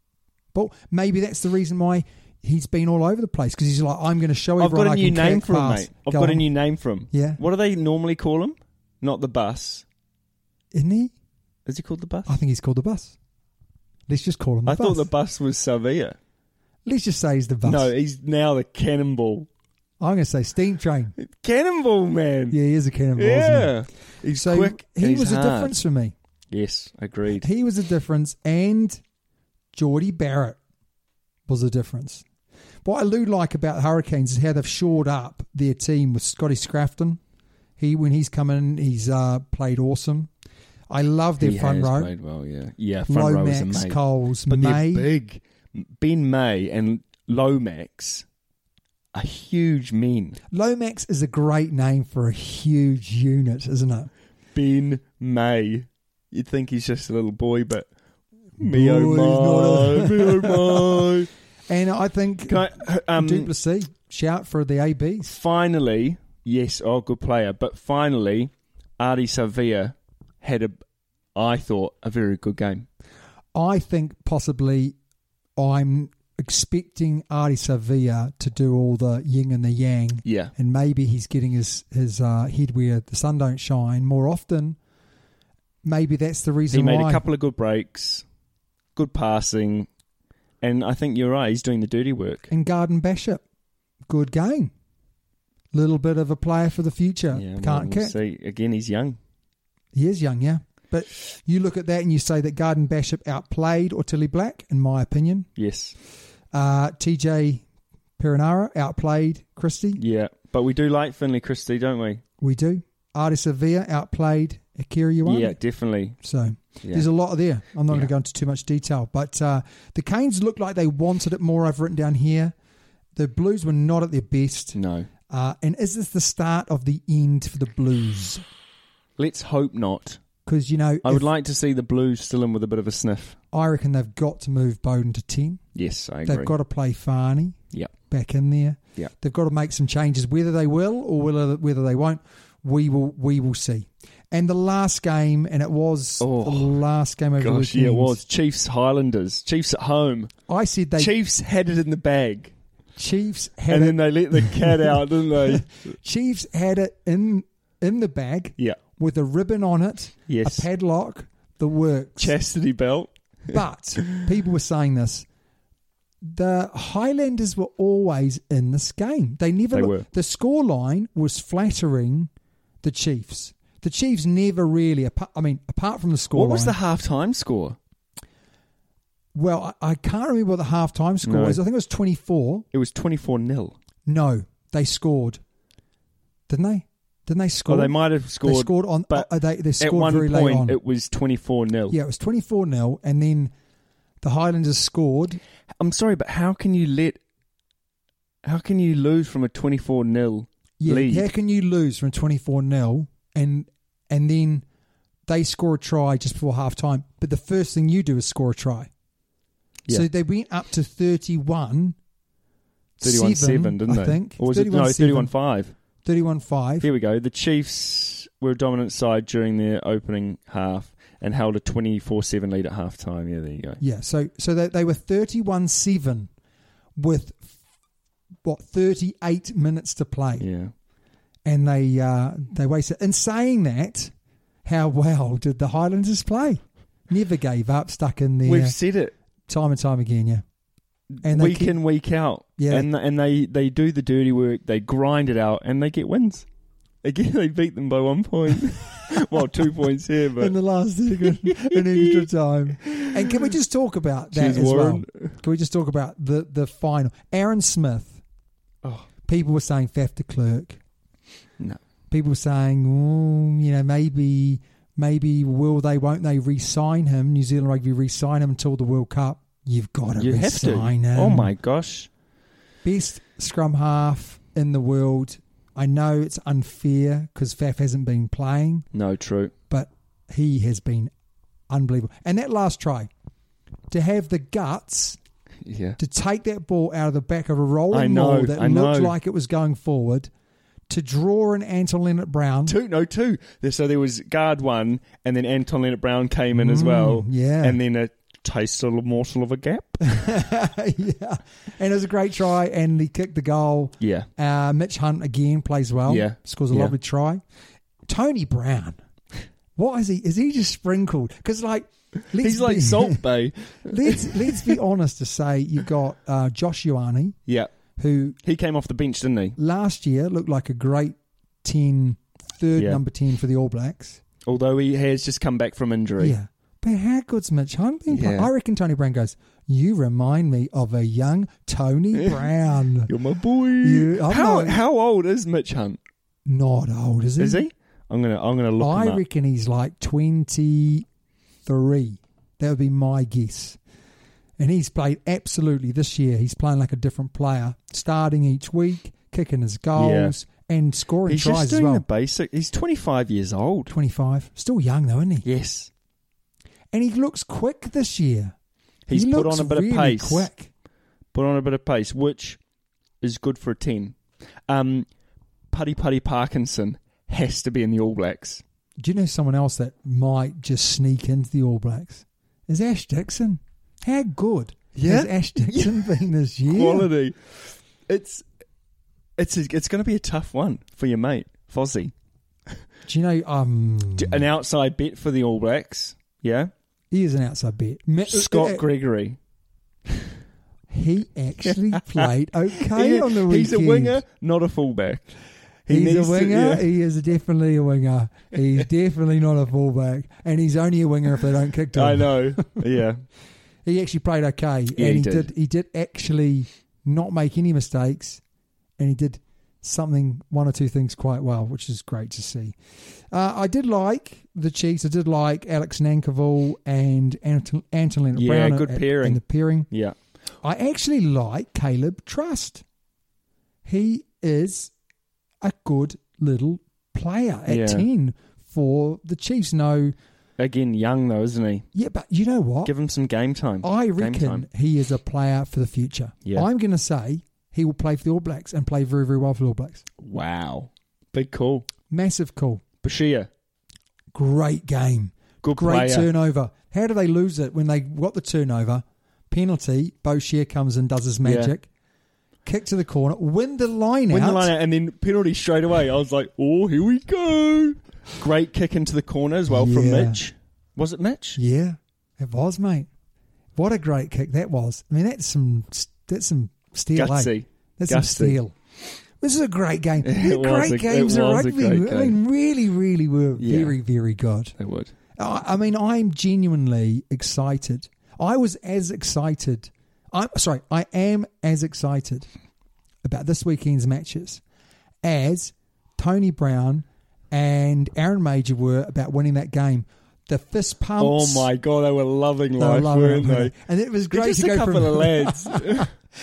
ball? Maybe that's the reason why he's been all over the place because he's like, "I'm going to show I've everyone." got a I new can name kick for him, pass." mate. I've Go got a on. new name for him. Yeah. What do they normally call him? Not the bus. isn't he? Is he called the bus? I think he's called the bus. Let's just call him. The I bus. thought the bus was Savia. Let's just say he's the bus. No, he's now the cannonball. I'm going to say steam train. Cannonball man. Yeah, he is a cannonball. Isn't Yeah. he? He's So quick. and he he's was hard. a difference for me. Yes, agreed. He was a difference, and Geordie Barrett was a difference. What I do like about Hurricanes is how they've shored up their team with Scotty Scrafton. He when he's come in, he's uh, played awesome. I love their He front has row. played well, yeah. Yeah, front row is Lomax, amazing. Coles, But May. they're big. Ben May and Lomax are huge men. Lomax is a great name for a huge unit, isn't it? Ben May. You'd think he's just a little boy, but me oh Boy, my, me oh my. And I think Can I, um, Duplessis shout for the ABs. finally, yes, oh, good player. But finally, Artie Savia had a, I thought, a very good game. I think possibly I'm expecting Artie Savia to do all the yin and the yang. Yeah. And maybe he's getting his, his uh, head where the sun don't shine more often. Maybe that's the reason He made why. a couple of good breaks, good passing, and I think you're right. He's doing the dirty work. and Garden Bishop, good game. Little bit of a player for the future. Yeah, Can't we'll kick. see. Again, he's young. He is young, yeah. But you look at that and you say that Garden Bishop outplayed Tilly Black, in my opinion. Yes. Uh, TJ Perinara outplayed Christie. Yeah. But we do like Finley Christie, don't we? We do. Artis Sevilla outplayed Akira Iwami. Yeah, definitely. So there's a lot there. I'm not going to go into too much detail, but uh, the Canes looked like they wanted it more. I've written down here. The Blues were not at their best. No. Uh, and is this the start of the end for the Blues? Let's hope not. Because, you know, I would if- like to see the Blues still in with a bit of a sniff. I reckon they've got to move Bowden to 10. Yes, I agree. They've got to play Farney Yep. back in there. Yeah. They've got to make some changes. Whether they will or whether, whether they won't, we will we will see. And the last game, and it was Oh, the last game over the Gosh, yeah, it weekend. was. Chiefs Highlanders. Chiefs at home. I said they Chiefs had it in the bag. Chiefs had And it, then they let the cat out, didn't they? Chiefs had it in in the bag Yeah. with a ribbon on it, Yes. a padlock, the works. Chastity belt. But people were saying this. The Highlanders were always in this game. They never They look- were. the scoreline was flattering the Chiefs. The Chiefs never really apart, I mean apart from the scoreline. What was the halftime score? Well, I, I can't remember what the halftime score No. was. I think it was 24. It was 24 0. No, they scored. Didn't they? Didn't they score? Well, Oh, they might have scored. They scored on. but uh, they, they scored at one very point, late on. it was 24 0. yeah, it was 24 0, and then the Highlanders scored. I'm sorry, but how can you let. How can you lose from a 24 0 Yeah, lead? how can you lose from 24 0 and and then they score a try just before half time? But the first thing you do is score a try. So Yeah. they went up to 31 31 7, didn't I they? think. Or was it, no, 31 5. 31 5. Here we go. The Chiefs were a dominant side during their opening half and held a 24 7 lead at halftime. Yeah, there you go. Yeah, so so they, they were 31 7 with what 38 minutes to play Yeah. and they uh, they wasted and saying that how well did the Highlanders play never gave up stuck in there We've said it time and time again yeah and they week keep- in, week out. Yeah, they- And, and they, they do the dirty work, they grind it out, and they get wins. Again, they beat them by one point. well, two points here, but. in the last second in extra time and can we just talk about that Cheers, as Warren. well can we just talk about the the final Aaron Smith Oh. people were saying Faf de Klerk no. people saying, oh, you know, maybe, maybe will they, won't they re-sign him? New Zealand Rugby re-sign him until the World Cup. You've got to You have to. re-sign him. Oh, my gosh. Best scrum half in the world. I know it's unfair because Faf hasn't been playing, No, true. but he has been unbelievable. And that last try, to have the guts Yeah. to take that ball out of the back of a I rolling know, ball that I looked know. like it was going forward, to draw an Anton Leonard Brown. Two, no, two. There- So there was guard one, and then Anton Leonard Brown came in as well. Mm, yeah. And then a taste a little morsel of a gap. yeah, and it was a great try, and he kicked the goal. Yeah. Uh, Mitch Hunt again plays well. Yeah. scores a Yeah. lovely try. Tony Brown, what is he? Is he just sprinkled? Because like, let's He's like be, Salt Bay. let's let's be honest to say you've got uh, Josh Ioane, Yeah. who He came off the bench, didn't he? last year looked like a great 10, third Yeah. number ten for the All Blacks. Although he has just come back from injury. Yeah, But how good's Mitch Hunt been playing? Yeah. I reckon Tony Brown goes, You remind me of a young Tony Brown. You're my boy. You- I'm how not- how old is Mitch Hunt? Not old, is he? Is he? I'm gonna I'm gonna look him I up. reckon he's like 23. That would be my guess. And he's played absolutely this year. He's playing like a different player, starting each week, kicking his goals, and scoring He's tries just doing as well. the basic. He's 25 years old. 25. Still young, though, isn't he? Yes, And he looks quick this year. he's he put looks on a bit really of pace. quick. Put on a bit of pace, which is good for a 10. Um, Putty Putty Parkinson has to be in the All Blacks. Do you know someone else that might just sneak into the All Blacks? Is Ash Dixon. How good Yeah. has Ash Dixon been this year? Quality. It's it's a, it's going to be a tough one for your mate Fozzie. Do you know, um, D- An outside bet for the All Blacks. Yeah, he is an outside bet. Ma- Scott uh, Gregory. He actually played okay He- on the weekend. he's a winger, not a fullback. He he's needs a to- winger. yeah. He is definitely a winger. He's definitely not a fullback, and he's only a winger if they don't kick to him. I know. Yeah. He actually played okay, Yeah, he and he did. did. He did actually not make any mistakes, and he did something one or two things quite well, which is great to see. Uh, I did like the Chiefs. I did like Alex Nankerville and Anton, Anton Yeah, Brown. good at- pairing. In the pairing, Yeah. I actually like Caleb Trust. He is a good little player at Yeah. 10 for the Chiefs. No, Again, young though, isn't he? yeah, but you know what? Give him some game time. I Game time. reckon he is a player for the future. Yeah. I'm going to say he will play for the All Blacks and play very, very well for the All Blacks. Wow. Big call. Massive call. Bashir. Great game. Good Great player. turnover. How do they lose it when they got the turnover? Penalty. Bo Shear comes and does his magic. Kick to the corner. Win the line Win out. the line out and then penalty straight away. I was like, oh, here we go. Great kick into the corner as well from Yeah. Mitch. Was it Mitch? Yeah, it was, mate. What a great kick that was. I mean, that's some that's some steel. eh? Gutsy. That's some Gutsy. steel. This is a great game. They're It was great a- games it of was a rugby. great I mean, really, really were Yeah. very, very good. They would. I, I mean, I'm genuinely excited. I was as excited. I'm sorry, I am as excited about this weekend's matches as Tony Brown and Aaron Major were about winning that game. The fist Oh pumps. my god, they were loving life, loving it, weren't they? weren't they? And it was They're great Just to a go couple from- of lads.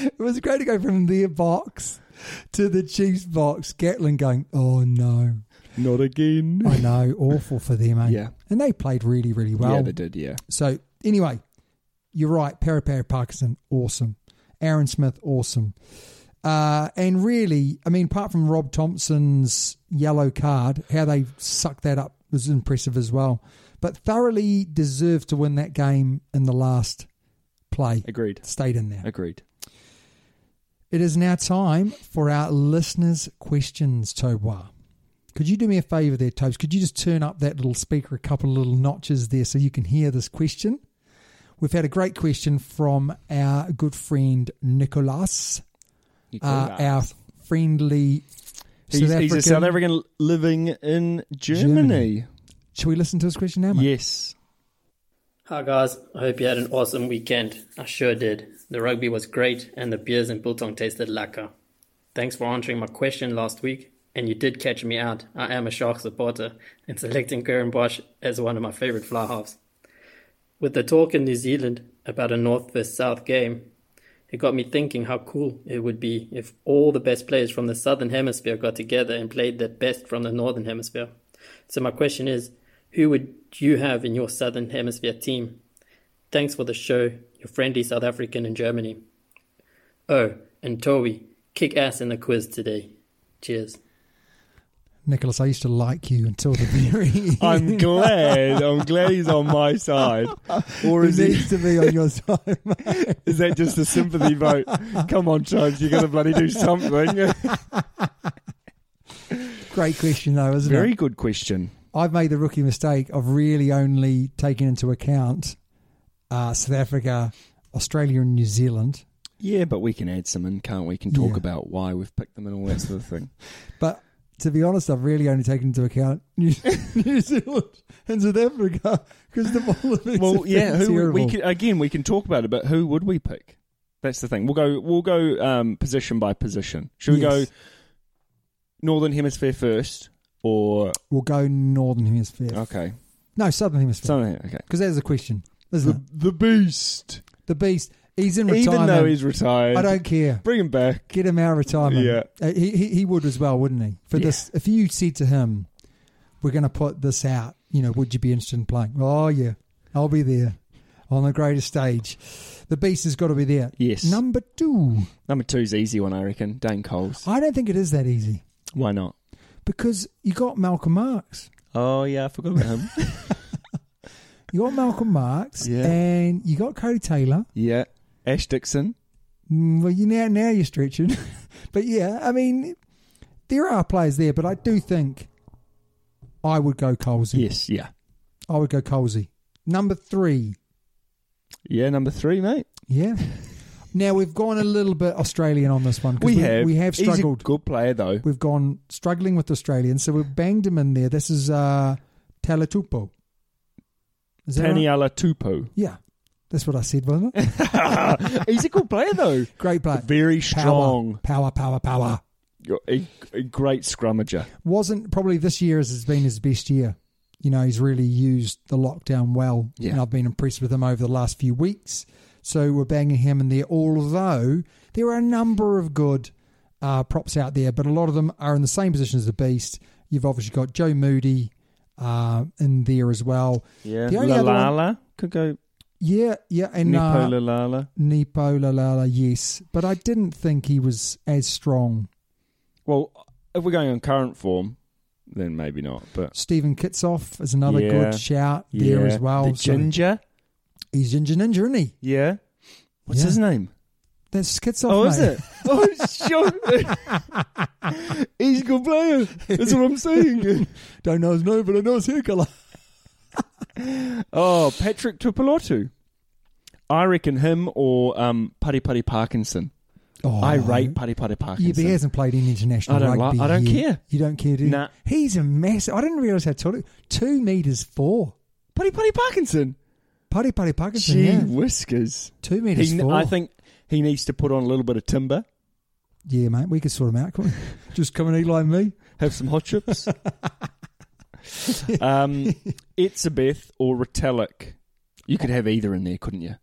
It was great to go from their box to the Chiefs box. Gatlin going, oh no, Not again. I know, awful for them, eh? Yeah. And they played really, really well. yeah, they did. Yeah. So anyway, you're right. Parapara Parkinson, awesome. Aaron Smith, awesome. Uh, and really, I mean, apart from Rob Thompson's yellow card, how they sucked that up was impressive as well. But thoroughly deserved to win that game in the last play. Agreed. Stayed in there. Agreed. It is now time for our listeners' questions, Tobwa. Could you do me a favour there, Tobes? Could you just turn up that little speaker a couple of little notches there so you can hear this question? We've had a great question from our good friend Nicolas, You called uh, that. our friendly he's, South he's a African. South African living in Germany. Should we listen to his question now, mate? Yes. Hi guys, I hope you had an awesome weekend. I sure did. The rugby was great and the beers and biltong tasted lacquer. Thanks for answering my question last week, and you did catch me out. I am a Shark supporter and selecting Karen Bosch as one of my favourite fly halves. With the talk in New Zealand about a North vs South game, it got me thinking how cool it would be if all the best players from the Southern Hemisphere got together and played their best from the Northern Hemisphere. So my question is, who would you have in your Southern Hemisphere team? Thanks for the show, your friendly South African in Germany. Oh, and Toby, kick ass in the quiz today. Cheers. Nicholas, I used to like you until the very I'm glad. I'm glad he's on my side. Or is he he? needs to be on your side, mate. Is that just a sympathy vote? Come on, Chubbs, you're gonna bloody do something. Great question, though, isn't it? Very good question. I've made the rookie mistake of really only taking into account uh, South Africa, Australia, and New Zealand. Yeah, but we can add some in, can't we? Can talk Yeah. about why we've picked them and all that sort of thing. But to be honest, I've really only taken into account New, New Zealand and South Africa because the ball Well, yeah. Who would- we terrible. can, again we can talk about it, but who would we pick? That's the thing. We'll go. We'll go um, position by position. Should we Yes. go Northern Hemisphere first, or We'll go Northern Hemisphere. okay, No, Southern Hemisphere. something? Okay, Because there's a question. There's the, the Beast. the Beast. He's in retirement. Even though he's retired, I don't care. bring him back. Get him out of retirement. Yeah. Uh, He, he, he would as well, wouldn't he? For this, if you said to him, we're going to put this out, you know, would you be interested in playing? Oh, yeah. I'll be there on the greatest stage. The Beast has got to be there. Yes. Number two. Number two's easy one, I reckon. Dane Coles. I don't think it is that easy Why not? because you got Malcolm Marks. Oh yeah, I forgot about him. You got Malcolm Marks Yeah. and you got Cody Taylor. yeah, Ash Dixon. Mm, Well, you now now you're stretching, but yeah, I mean, there are players there, but I do think I would go Colsey. Yes, yeah, I would go Colsey. Number three, yeah. Number three, mate. yeah. now we've gone a little bit Australian on this one. 'cause we have He's a struggled. good player though. We've gone struggling with Australians, so we've banged him in there. This is uh, Talatupo. Is that right? Taniala Tupo. Yeah, that's what I said, wasn't it? He's a good player though. Great player. Very Power, strong. Power, power, power. You're A, a great scrummager. Wasn't probably this year as has been his best year. You know, he's really used the lockdown well. Yeah. And I've been impressed with him over the last few weeks. So we're banging him in there, although there are a number of good uh, props out there, but a lot of them are in the same position as the Beast. You've obviously got Joe Moody uh, in there as well. Yeah. The only other one- Lalala could go Yeah, yeah. And uh, Nepo Lalala. Nipo Lalala, yes. But I didn't think he was as strong. Well, if we're going on current form, then maybe not. But Stephen Kitsoff is another Yeah. good shout there Yeah. as well. The So ginger. he's Ginger Ninja, isn't he? Yeah. What's Yeah. his name? That's Kitsoff. Oh, is mate. it? Oh, sure. He's a good player. That's what I'm saying. Don't know his name, but I know his hair colour. Oh, Patrick Tupelotu. I reckon him or um, Putty Putty Parkinson. Oh, I rate Putty Putty Parkinson. Yeah, but he hasn't played in international I don't rugby. like- I don't yet. care. You don't care, do you? Nah. He's a massive. I didn't realise how tall he Two metres four. Putty Putty Parkinson. Putty Putty Parkinson, Gee yeah. whiskers. Two metres He, four. I think he needs to put on a little bit of timber, Yeah, mate, we could sort him out, couldn't we? Just come and Eli and me. have some hot chips. um, Itzabeth or Retallick. You could have either in there, couldn't you?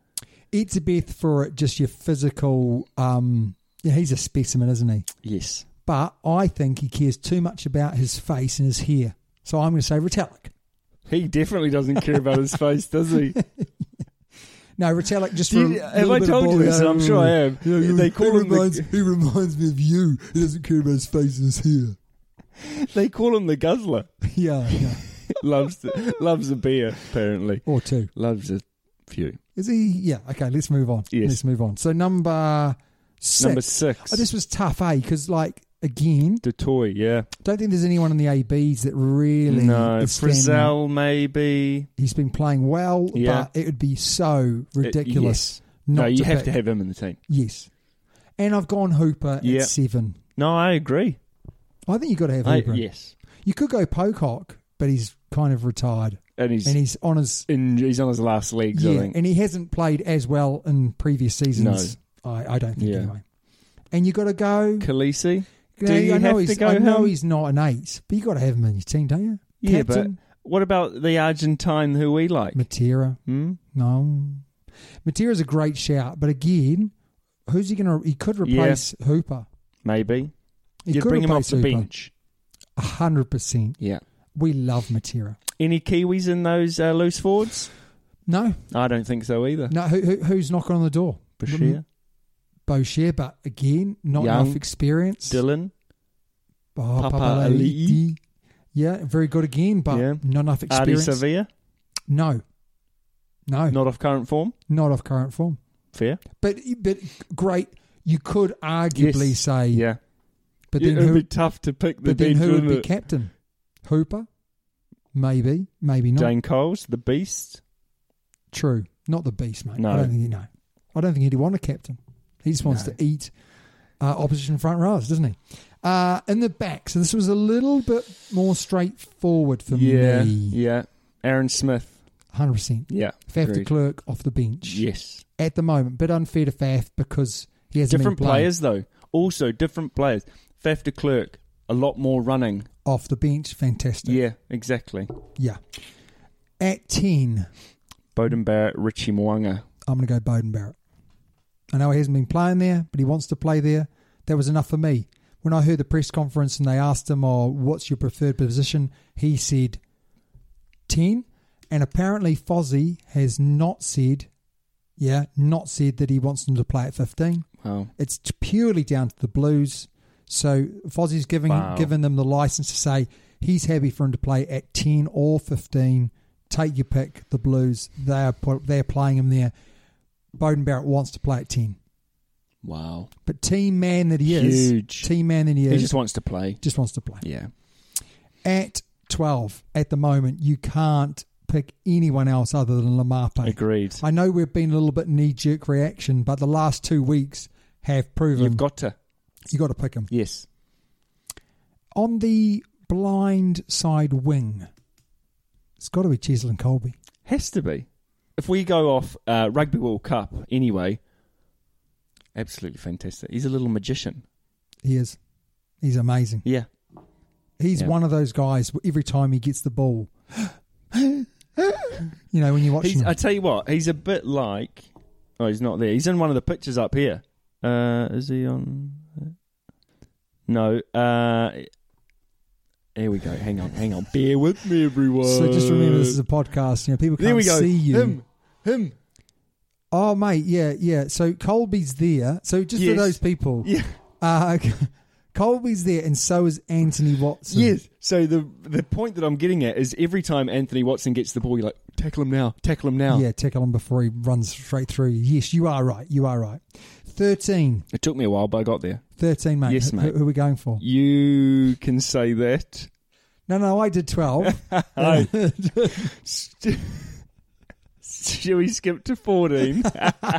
It's a Beth for just your physical. Um, yeah, he's a specimen, isn't he? Yes. But I think he cares too much about his face and his hair. So I'm going to say Retallick. He definitely doesn't care about his face, does he? No, Retallick just for Do you- a have little I bit of told you body- this? I'm sure I have. Yeah, you- They call he, him the- reminds, he reminds me of you. He doesn't care about his face and his hair. They call him the guzzler. Yeah, yeah. loves the, loves a beer, apparently. Or two. Loves a few. Is he? Yeah. Okay. Let's move on. Yes. Let's move on. So number six. Number six. Oh, this was tough, eh? Because like again, the toy, yeah. don't think there's anyone in the ABs that really no, is standing out. Frizzell maybe. He's been playing well, Yeah. Uh, but it would be so ridiculous. Yes. No, not you have pick. to have him in the team. Yes. And I've gone Hooper Yeah. at seven. No, I agree. I think you've got to have I, Hooper. yes, You could go Pocock, but he's kind of retired and he's and he's on his in, he's on his last legs. I yeah, think. and he hasn't played as well in previous seasons. I, I don't think Yeah. anyway. And you got to go. Khaleesi. Now, you I know have to he's, go I know him? he's not an eight, but you got to have him in your team, don't you? Yeah, Captain, but what about the Argentine who we like? Matera, Hmm? no, Matera's a great shout, but again, who's he going to? He could replace Hooper. Maybe He you could bring him off replace the Hooper. bench. A hundred percent. Yeah. We love Matera. Any Kiwis in those uh, loose forwards? No, I don't think so either. no. Who, who, who's knocking on the door? Bashir, Boshier, but again, not Young. enough experience. Dylan. Oh, Papa Papali'i. Ali'i. Yeah, very good again, but Yeah. not enough Artie experience. Oh. Sevilla, No, no, not off current form. not off current form. Fair. But but great, you could arguably Yes. say. Yeah. But it then would who? be tough to pick the But then bench. who would be wouldn't it? captain? Hooper, maybe, maybe not. Dane Coles, the beast. True, not the beast, mate. No. I don't think you know. I don't think he'd want a captain. He just wants No. to eat uh, opposition front rowers, doesn't he? Uh, in the back, so this was a little bit more straightforward for Yeah, me. yeah. Aaron Smith. Hundred percent. Yeah, Faf de agreed. Klerk off the bench. Yes, At the moment, bit unfair to Faf because he has different players though. Also different players. Faf de Klerk, a lot more running. off the bench. Fantastic. Yeah, exactly. Yeah. At 10, Bowden Barrett, Richie Mwanga. I'm going to go Bowden Barrett. I know he hasn't been playing there, but he wants to play there. That was enough for me. When I heard the press conference and they asked him, oh, what's your preferred position? He said 10. And apparently Fozzie has not said, yeah, not said that he wants them to play at 15. Wow. It's t- purely down to the Blues. So Fozzie's giving Wow. giving them the license to say he's happy for him to play at ten or fifteen. Take your pick. The Blues they are put, they are playing him there. Bowden Barrett wants to play at ten, Wow. but team man that he is, Huge. team man that he He is, just wants to play. just wants to play Yeah. at twelve. At the moment, you can't pick anyone else other than Lamarpe. Agreed. I know we've been a little bit knee jerk reaction, but the last two weeks have proven You've got to. you got to pick him. Yes. on the blind side wing, it's got to be Chisel and Colby. Has to be. If we go off uh, Rugby World Cup anyway, absolutely fantastic. He's a little magician. He is. He's amazing. Yeah. He's Yeah. one of those guys. where Every time he gets the ball, you know when you watch He's, him, I tell you what, he's a bit like. Oh, he's not there. He's in one of the pictures up here. Uh, is he on? No. Uh, here we go. Hang on. Hang on. Bear with me, everyone. so just remember this is a podcast. You know people can't there we go. see you. Him. Him. Oh mate, yeah, yeah. So Colby's there. So just Yes. for those people, Yeah. uh, Colby's there, and so is Anthony Watson. Yes. So the the point that I'm getting at is every time Anthony Watson gets the ball, you're like, tackle him now, tackle him now. yeah. Tickle him before he runs straight through. you. Yes, you are right. You are right. Thirteen. It took me a while, but I got there. 13, mate. Yes, Who- mate. Who, are we going for? You can say that. No, no, I did 12. Shall we skip to 14? Because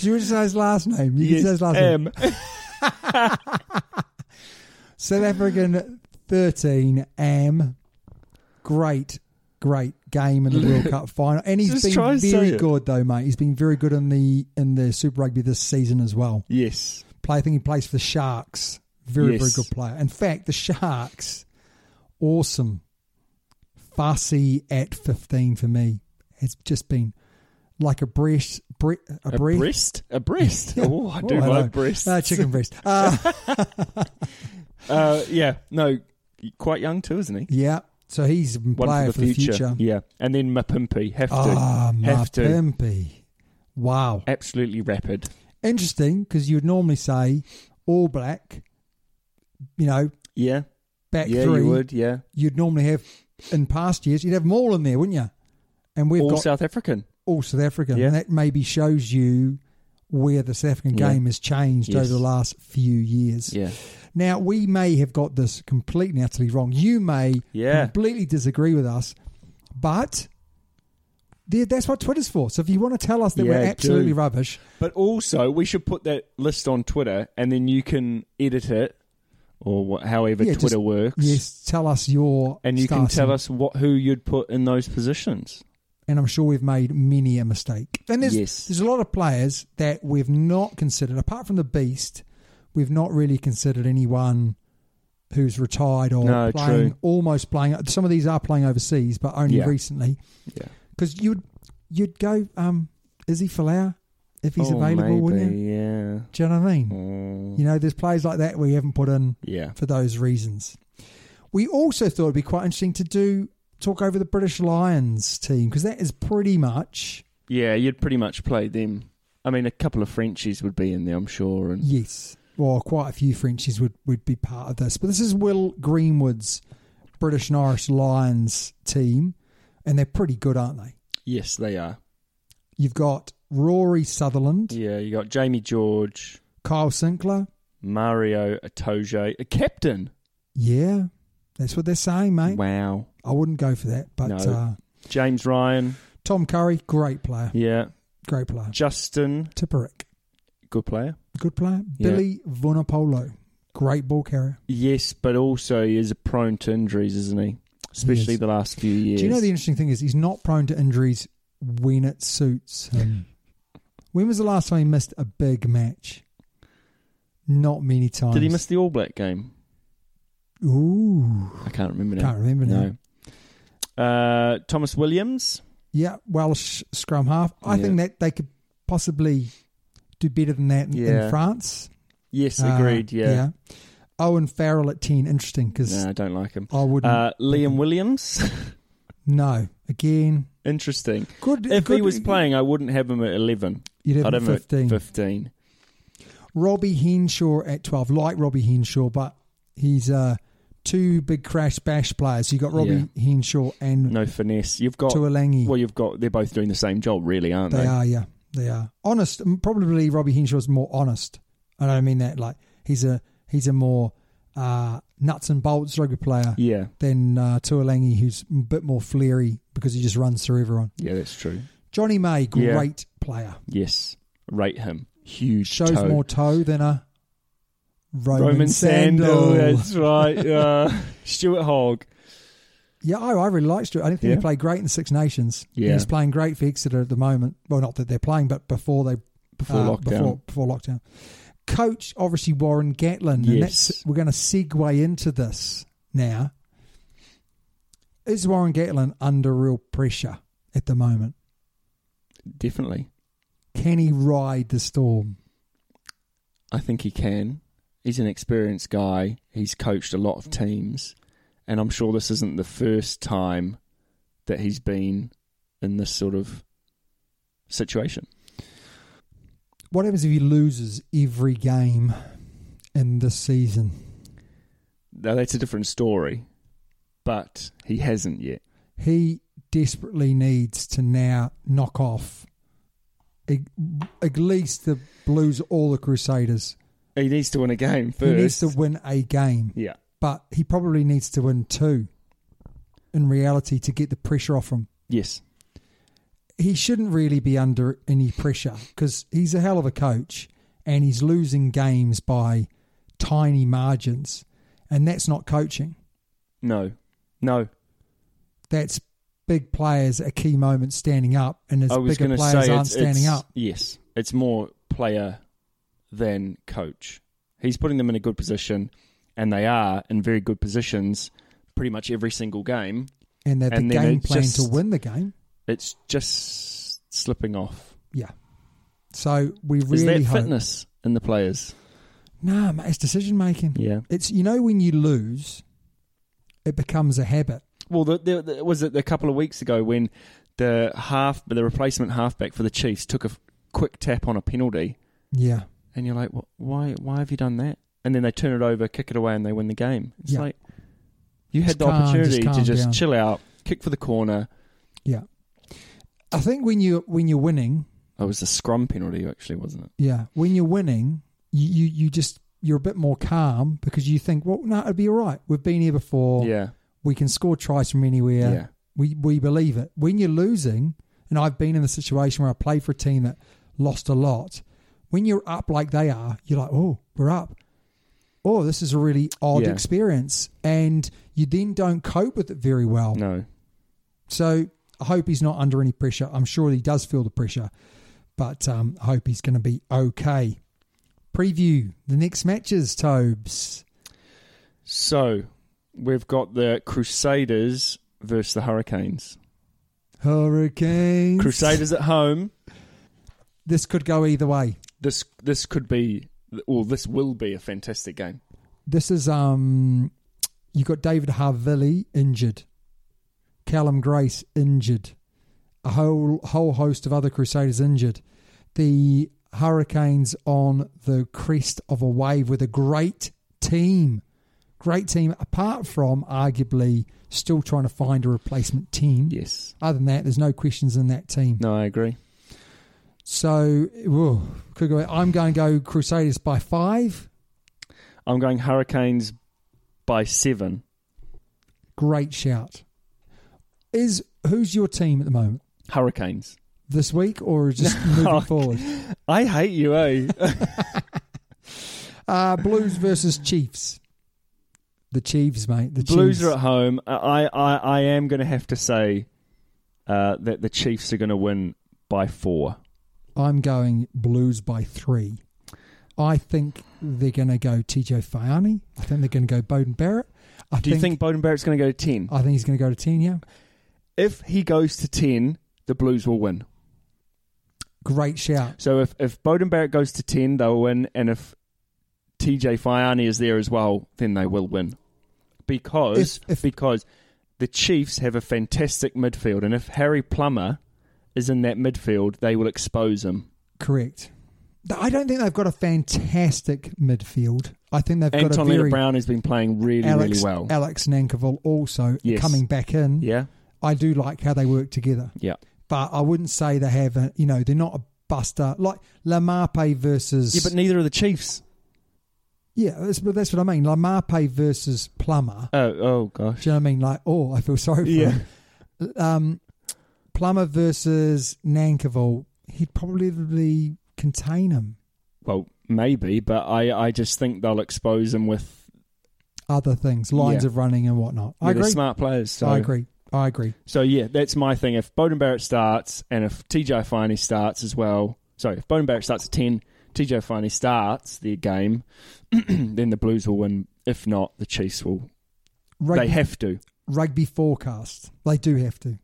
you just say his last name. You can say his last name. M. South African 13, Am. Great, great game in the World Cup final. And he's Just try been and say very it. good, though, mate. He's been very good in the in the Super Rugby this season as well. Yes. Play, I think he plays for the Sharks. Very, Yes. very good player. In fact, the Sharks, awesome. Fussy at 15 for me. It's just been like a breast, bre- a, A breath, breast? A breast. Oh, I do Oh, hello. like breasts. Uh, chicken breast. Uh, Uh, yeah. No, quite young too, isn't he? yeah. So he's a One player for the future. Yeah. And then Mapimpi. Have to. Ah, Have to. Mapimpy. Wow. Absolutely rapid. Interesting because you would normally say all black, you know, Yeah. back yeah, three. you would. Yeah. would normally have, in past years, you'd have them all in there, wouldn't you? And we've All got South African. all South African. Yeah. And that maybe shows you where the South African Yeah. game has changed Yes. over the last few years. Yeah. Now, we may have got this completely and utterly wrong. You may Yeah. completely disagree with us, but there- that's what Twitter's for. So if you want to tell us that we're Yeah, absolutely do. rubbish, But also, we should put that list on Twitter, and then you can edit it, or what, however Yeah, Twitter just- works. yes, tell us your and you starting. can tell us what who you'd put in those positions. And I'm sure we've made many a mistake. And there's Yes. there's a lot of players that we've not considered, apart from the beast, we've not really considered anyone who's retired or No, playing true. almost playing. Some of these are playing overseas, but only Yeah. recently. Yeah, because you'd you'd go um Izzy Folau if he's Oh, available, wouldn't you? Yeah, Do you know what I mean? Mm. You know, there's players like that we haven't put in yeah. for those reasons. We also thought it'd be quite interesting to do talk over the British Lions team because that is pretty much Yeah, you'd pretty much play them. I mean, a couple of Frenchies would be in there, I'm sure. And yes. Well, quite a few Frenchies would, would be part of this, but this is Will Greenwood's British and Irish Lions team, and they're pretty good, aren't they? yes, they are. You've got Rory Sutherland, Yeah, you got Jamie George, Kyle Sinclair, Mario Atoje, a captain. Yeah, that's what they're saying, mate. Wow, I wouldn't go for that, but No. uh, James Ryan. Tom Curry, great player, Yeah, great player. Justin, Tipperick, good player. good player. Yeah. Billy Vunapolo, great ball carrier. Yes, but also he is prone to injuries, isn't he? Especially Yes. the last few years. Do you know the interesting thing is he's not prone to injuries when it suits him. Hmm. when was the last time he missed a big match? Not many times. Did he miss the All Black game? Ooh, I can't remember now. Can't remember now. No. Uh, Thomas Williams. yeah, Welsh scrum half. I Yeah. think that they could possibly do better than that in, in Yeah. France. Yes, Uh, agreed. yeah. Owen Farrell at ten. Interesting because No, I don't like him. I wouldn't. Uh, Mm-hmm. Liam Williams. no, again, Interesting. Good- If he good- was playing, I wouldn't have him at 11. You'd have I'd him have at 15. him at 15. Robbie Henshaw at 12. Like Robbie Henshaw, but he's uh, two big crash bash players. You've got Robbie Henshaw and No finesse. You've got Tuolangi. Well, you've got. They're both doing the same job, really, aren't they they? are, yeah. They are. Honest. m- Probably Robbie Henshaw's more honest. And I don't mean that like he's a he's a more uh, nuts and bolts rugby player Yeah. than uh, Tuolangi, who's a bit more fleary because he just runs through everyone. Yeah, that's true. Johnny May, Yeah. great player. Yes. Rate him. Huge. Shows toe. more toe than a Roman, Roman sandal. Sandal. That's right. Uh, Stuart Hogg. Yeah, I, I really like Stuart. I didn't think Yeah. he played great in Six Nations. Yeah. He's playing great for Exeter at the moment. Well, not that they're playing, but before they uh, Before lockdown. Before, before lockdown. Coach, obviously Warren Gatlin. And Yes. that's, we're going to segue into this now. Is Warren Gatlin under real pressure at the moment? Definitely. Can he ride the storm? I think he can. He's an experienced guy. He's coached a lot of teams, and I'm sure this isn't the first time that he's been in this sort of situation. What happens if he loses every game in this season? Now that's a different story, but he hasn't yet. he desperately needs to now knock off at at least the Blues or the Crusaders. He needs to win a game first. He needs to win a game, yeah, but he probably needs to win two in reality to get the pressure off him. yes, He shouldn't really be under any pressure because he's a hell of a coach and he's losing games by tiny margins, and that's not coaching. no, no. That's big players at key moments standing up, and as I was bigger going to players say aren't it's, standing it's- up. Yes, it's more player than coach. He's putting them in a good position, and they are in very good positions pretty much every single game. and they've And the then game it plan to just- win the game. It's just slipping off. Yeah. So we really Is that hope. fitness in the players? Nah, mate, it's decision making. Yeah. It's you know when you lose, it becomes a habit. Well, the, the, the, was it a couple of weeks ago when the half, the replacement halfback for the Chiefs took a f- quick tap on a penalty, Yeah. and you're like, "Wh- why? Why have you done that? And then they turn it over, kick it away, and they win the game. It's Yeah. like you had Just the calm- just opportunity calm to just down. chill out, kick for the corner. Yeah. I think when you when you're winning, Oh, it was a scrum penalty, actually, wasn't it? yeah, when you're winning, you you, you just you're a bit more calm because you think, well, no, it'll be all right. We've been here before. Yeah, We can score tries from anywhere. Yeah. We we believe it. When you're losing, and I've been in the situation where I played for a team that lost a lot. When you're up like they are, you're like, oh, we're up. Oh, this is a really odd Yeah. experience, and you then don't cope with it very well. no, So I hope he's not under any pressure. I'm sure he does feel the pressure, but um, I hope he's going to be okay. Preview the next matches, Tobes. So we've got the Crusaders versus the Hurricanes. Hurricanes. Crusaders at home. This could go either way. This this could be, or this will be a fantastic game. This is um, you got David Havili injured, Callum Grace injured, a whole whole host of other Crusaders injured. The Hurricanes on the crest of a wave with a great team, great team. Apart from arguably still trying to find a replacement team. Yes. Other than that, there's no questions in that team. No, I agree. So, whoa, could go. I'm going to go Crusaders by five. I'm going Hurricanes by seven. Great shout. Is who's your team at the moment Hurricanes. this week, or just moving forward? I hate you, eh? Uh, Blues versus Chiefs. The Chiefs, mate. The Blues Chiefs. are at home. I, I, I am going to have to say uh, that the Chiefs are going to win by four. I'm going Blues by three. I think they're going to go TJ Fayani. I think they're going to go Bowden Barrett. I Do you think Bowden Barrett's going to go to 10? I think he's going to go to ten. Yeah, If he goes to 10, the Blues will win. great shout. So if, if Bowden Barrett goes to 10, they'll win. And if TJ Fiani is there as well, then they will win. Because, If- if- because the Chiefs have a fantastic midfield. And if Harry Plummer is in that midfield, they will expose him. Correct. I don't think they've got a fantastic midfield. I think they've And got a Tom very Brown has been playing really, Alex really well. Alex Nankerville also Yes. coming back in. yeah, I do like how they work together, yeah. but I wouldn't say they have a you know they're not a buster like Lamape versus Yeah, but neither are the Chiefs. yeah that's, but that's what I mean Lamape versus Plummer. Oh, oh gosh. Do you know what I mean? Like oh I feel sorry for Yeah. him. Um, Plummer versus Nankerville, he'd probably contain him. Well, maybe, but I, I just think they'll expose him with Other things, lines Yeah. of running and whatnot. I with the agree. smart players. So. I agree. I agree. So yeah, that's my thing. If Bowden Barrett starts and if TJ Finey starts as well, sorry, if Bowden Barrett starts at ten, TJ Finey starts their game, then the Blues will win. If not, the Chiefs will. Rugby, They have to. rugby forecast. They do have to.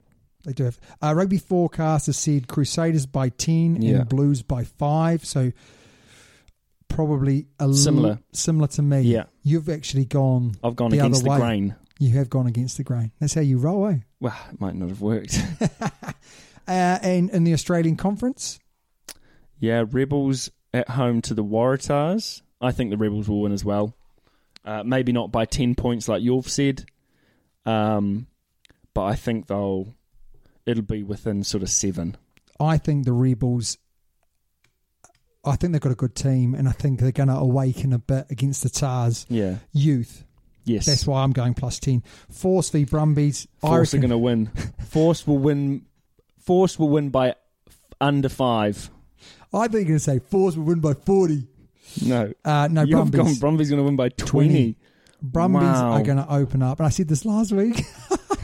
They do have. Uh, rugby forecast has said Crusaders by ten Yeah. and Blues by five. So probably a l- Similar. similar to me. Yeah. you've actually gone. I've gone the against other the way. grain. You have gone against the grain. That's how you roll, eh? Well, it might not have worked. Uh, and in the Australian Conference, yeah, Rebels at home to the Waratahs. I think the Rebels will win as well. Uh, maybe not by ten points like you've said, um, but I think they'll. It'll be within sort of seven. I think the Rebels. I think they've got a good team, and I think they're going to awaken a bit against the Tars Yeah. youth. Yes. That's why I'm going plus 10. Force v Brumbies. I Force are reckon going to win. Force will win. Force will win by f- under five. I think you're going to say Force will win by 40. No, Uh, no, you've Brumbies. gone. Brumby's going to win by twenty. Brumbies Wow. are going to open up. And I said this last week.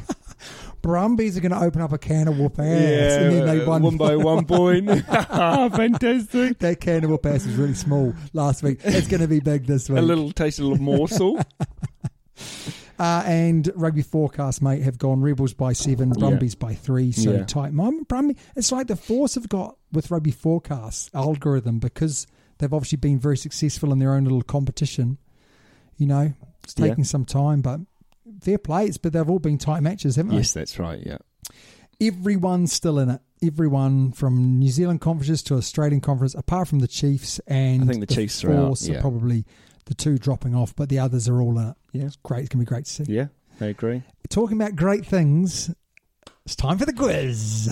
Brumbies are going to open up a can of whoop ass. and then they uh, won. one by one point. Fantastic. That can of whoop ass was really small last week. It's going to be big this week. A little taste, a little morsel. Uh, and rugby forecast, mate, have gone Rebels by seven, Brumbies by three. So Yeah. tight. Mum, Brumby, it's like the force have got with rugby forecast algorithm because they've obviously been very successful in their own little competition. You know, it's Yeah. taking some time, but fair play. It's but they've all been tight matches, haven't yes, that's right. Yeah. they? Everyone's still in it. Everyone from New Zealand conferences to Australian conference, apart from the Chiefs and I think the Chiefs are out, Force yeah. probably the two dropping off, but the others are all in it. Yeah. It's great. It's gonna be great to see Yeah, I agree. talking about great things, it's time for the quiz.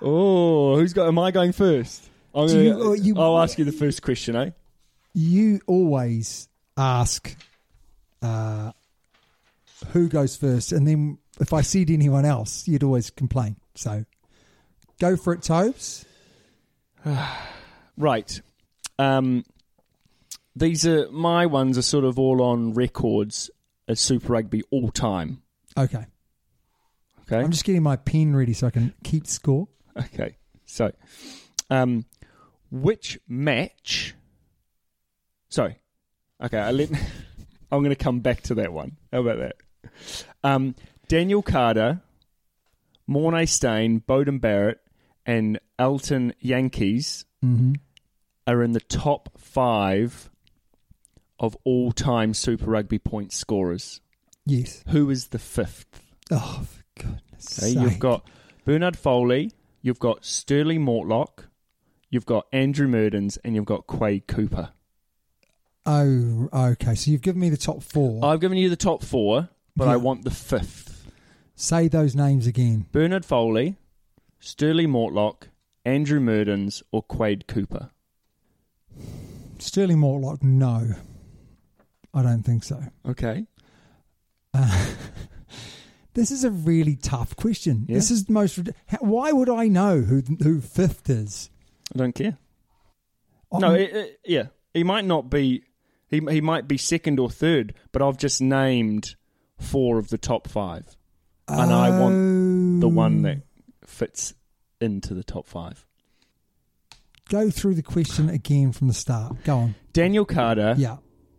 Oh, who's got? Am I going first? I'm Do you- gonna- or you- I'll ask you the first question, eh? You always ask uh, who goes first, and then if I said anyone else, you'd always complain. So go for it, Tobes. Right. Um, these are my ones are sort of all on records as Super Rugby all time. Okay. Okay. I'm just getting my pen ready so I can keep score. Okay. So, um, which match? Sorry. Okay. I let, I'm going to come back to that one. How about that? Um, Daniel Carter, Mornay Stain, Bowden Barrett, and Elton Yankees are in the top five of all time Super Rugby point scorers. Yes. Who is the fifth? Oh, for goodness Okay, sake. you've got Bernard Foley, you've got Sterling Mortlock, you've got Andrew Murdens, and you've got Quade Cooper. Oh, okay. So you've given me the top four. I've given you the top four, but Yeah. I want the fifth. Say those names again. Bernard Foley, Sterling Mortlock, Andrew Murdens, or Quade Cooper. Sterling Mortlock, no. I don't think so. Okay. This is a really tough question. Yeah. This is the most. rid- How, why would I know who who fifth is? I don't care. Oh, I'm- no, it, it- yeah. he might not be he he might be second or third, but I've just named four of the top five, and I want Oh, the one that fits into the top five. Go through the question again from the start. Go on. Daniel Carter, Yeah.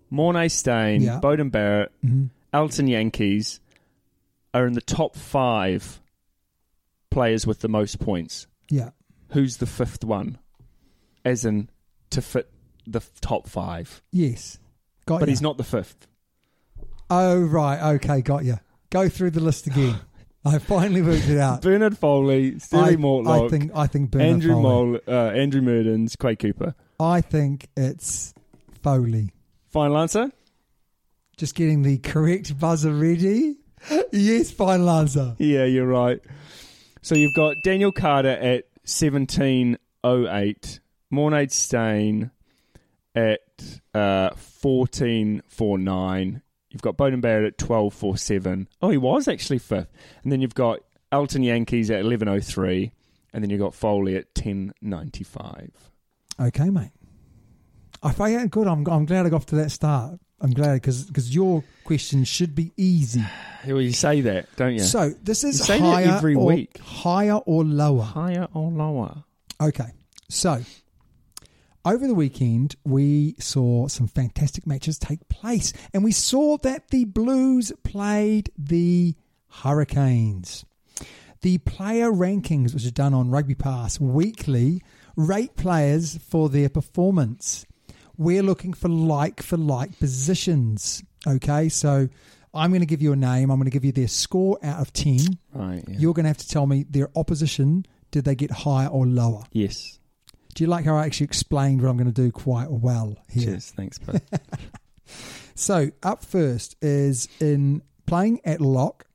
Mornay Stain, Yeah. Mm-hmm. Bowden Barrett, Elton Yankees are in the top five players with the most points. Yeah. Who's the fifth one? As in to fit the f- top five, Yes. Got but ya. he's not the fifth. Oh, right. Okay. Got you. Go through the list again. I finally worked it out. Bernard Foley, Steely I- Mortlock, I think, I think Bernard Andrew Foley. Mol, uh, Andrew Murdens, Quay Cooper. I think it's Foley. Final answer. Just getting the correct buzzer ready. Yes, final answer. Yeah, you're right. So you've got Daniel Carter at 1708, Mornade Stain at uh, 1449. You've got Bowden Barrett at 1247. Oh, he was actually fifth. And then you've got Elton Yankees at 1103. And then you've got Foley at 1095. Okay, mate. I find it good. I'm, I'm glad I got off to that start. I'm glad because your question should be easy. Well, you say that, don't you? So this is You say that higher every or, week. higher or lower. Higher or lower? Okay, so over the weekend we saw some fantastic matches take place, and we saw that the Blues played the Hurricanes. The player rankings, which are done on Rugby Pass weekly, rate players for their performance. We're looking for like for like positions. Okay, so I'm going to give you a name. I'm going to give you their score out of 10. Right. yeah. You're going to have to tell me their opposition. Did they get higher or lower? Yes. Do you like how I actually explained what I'm going to do quite well here? Cheers. Thanks, bud. So up first is in playing at lock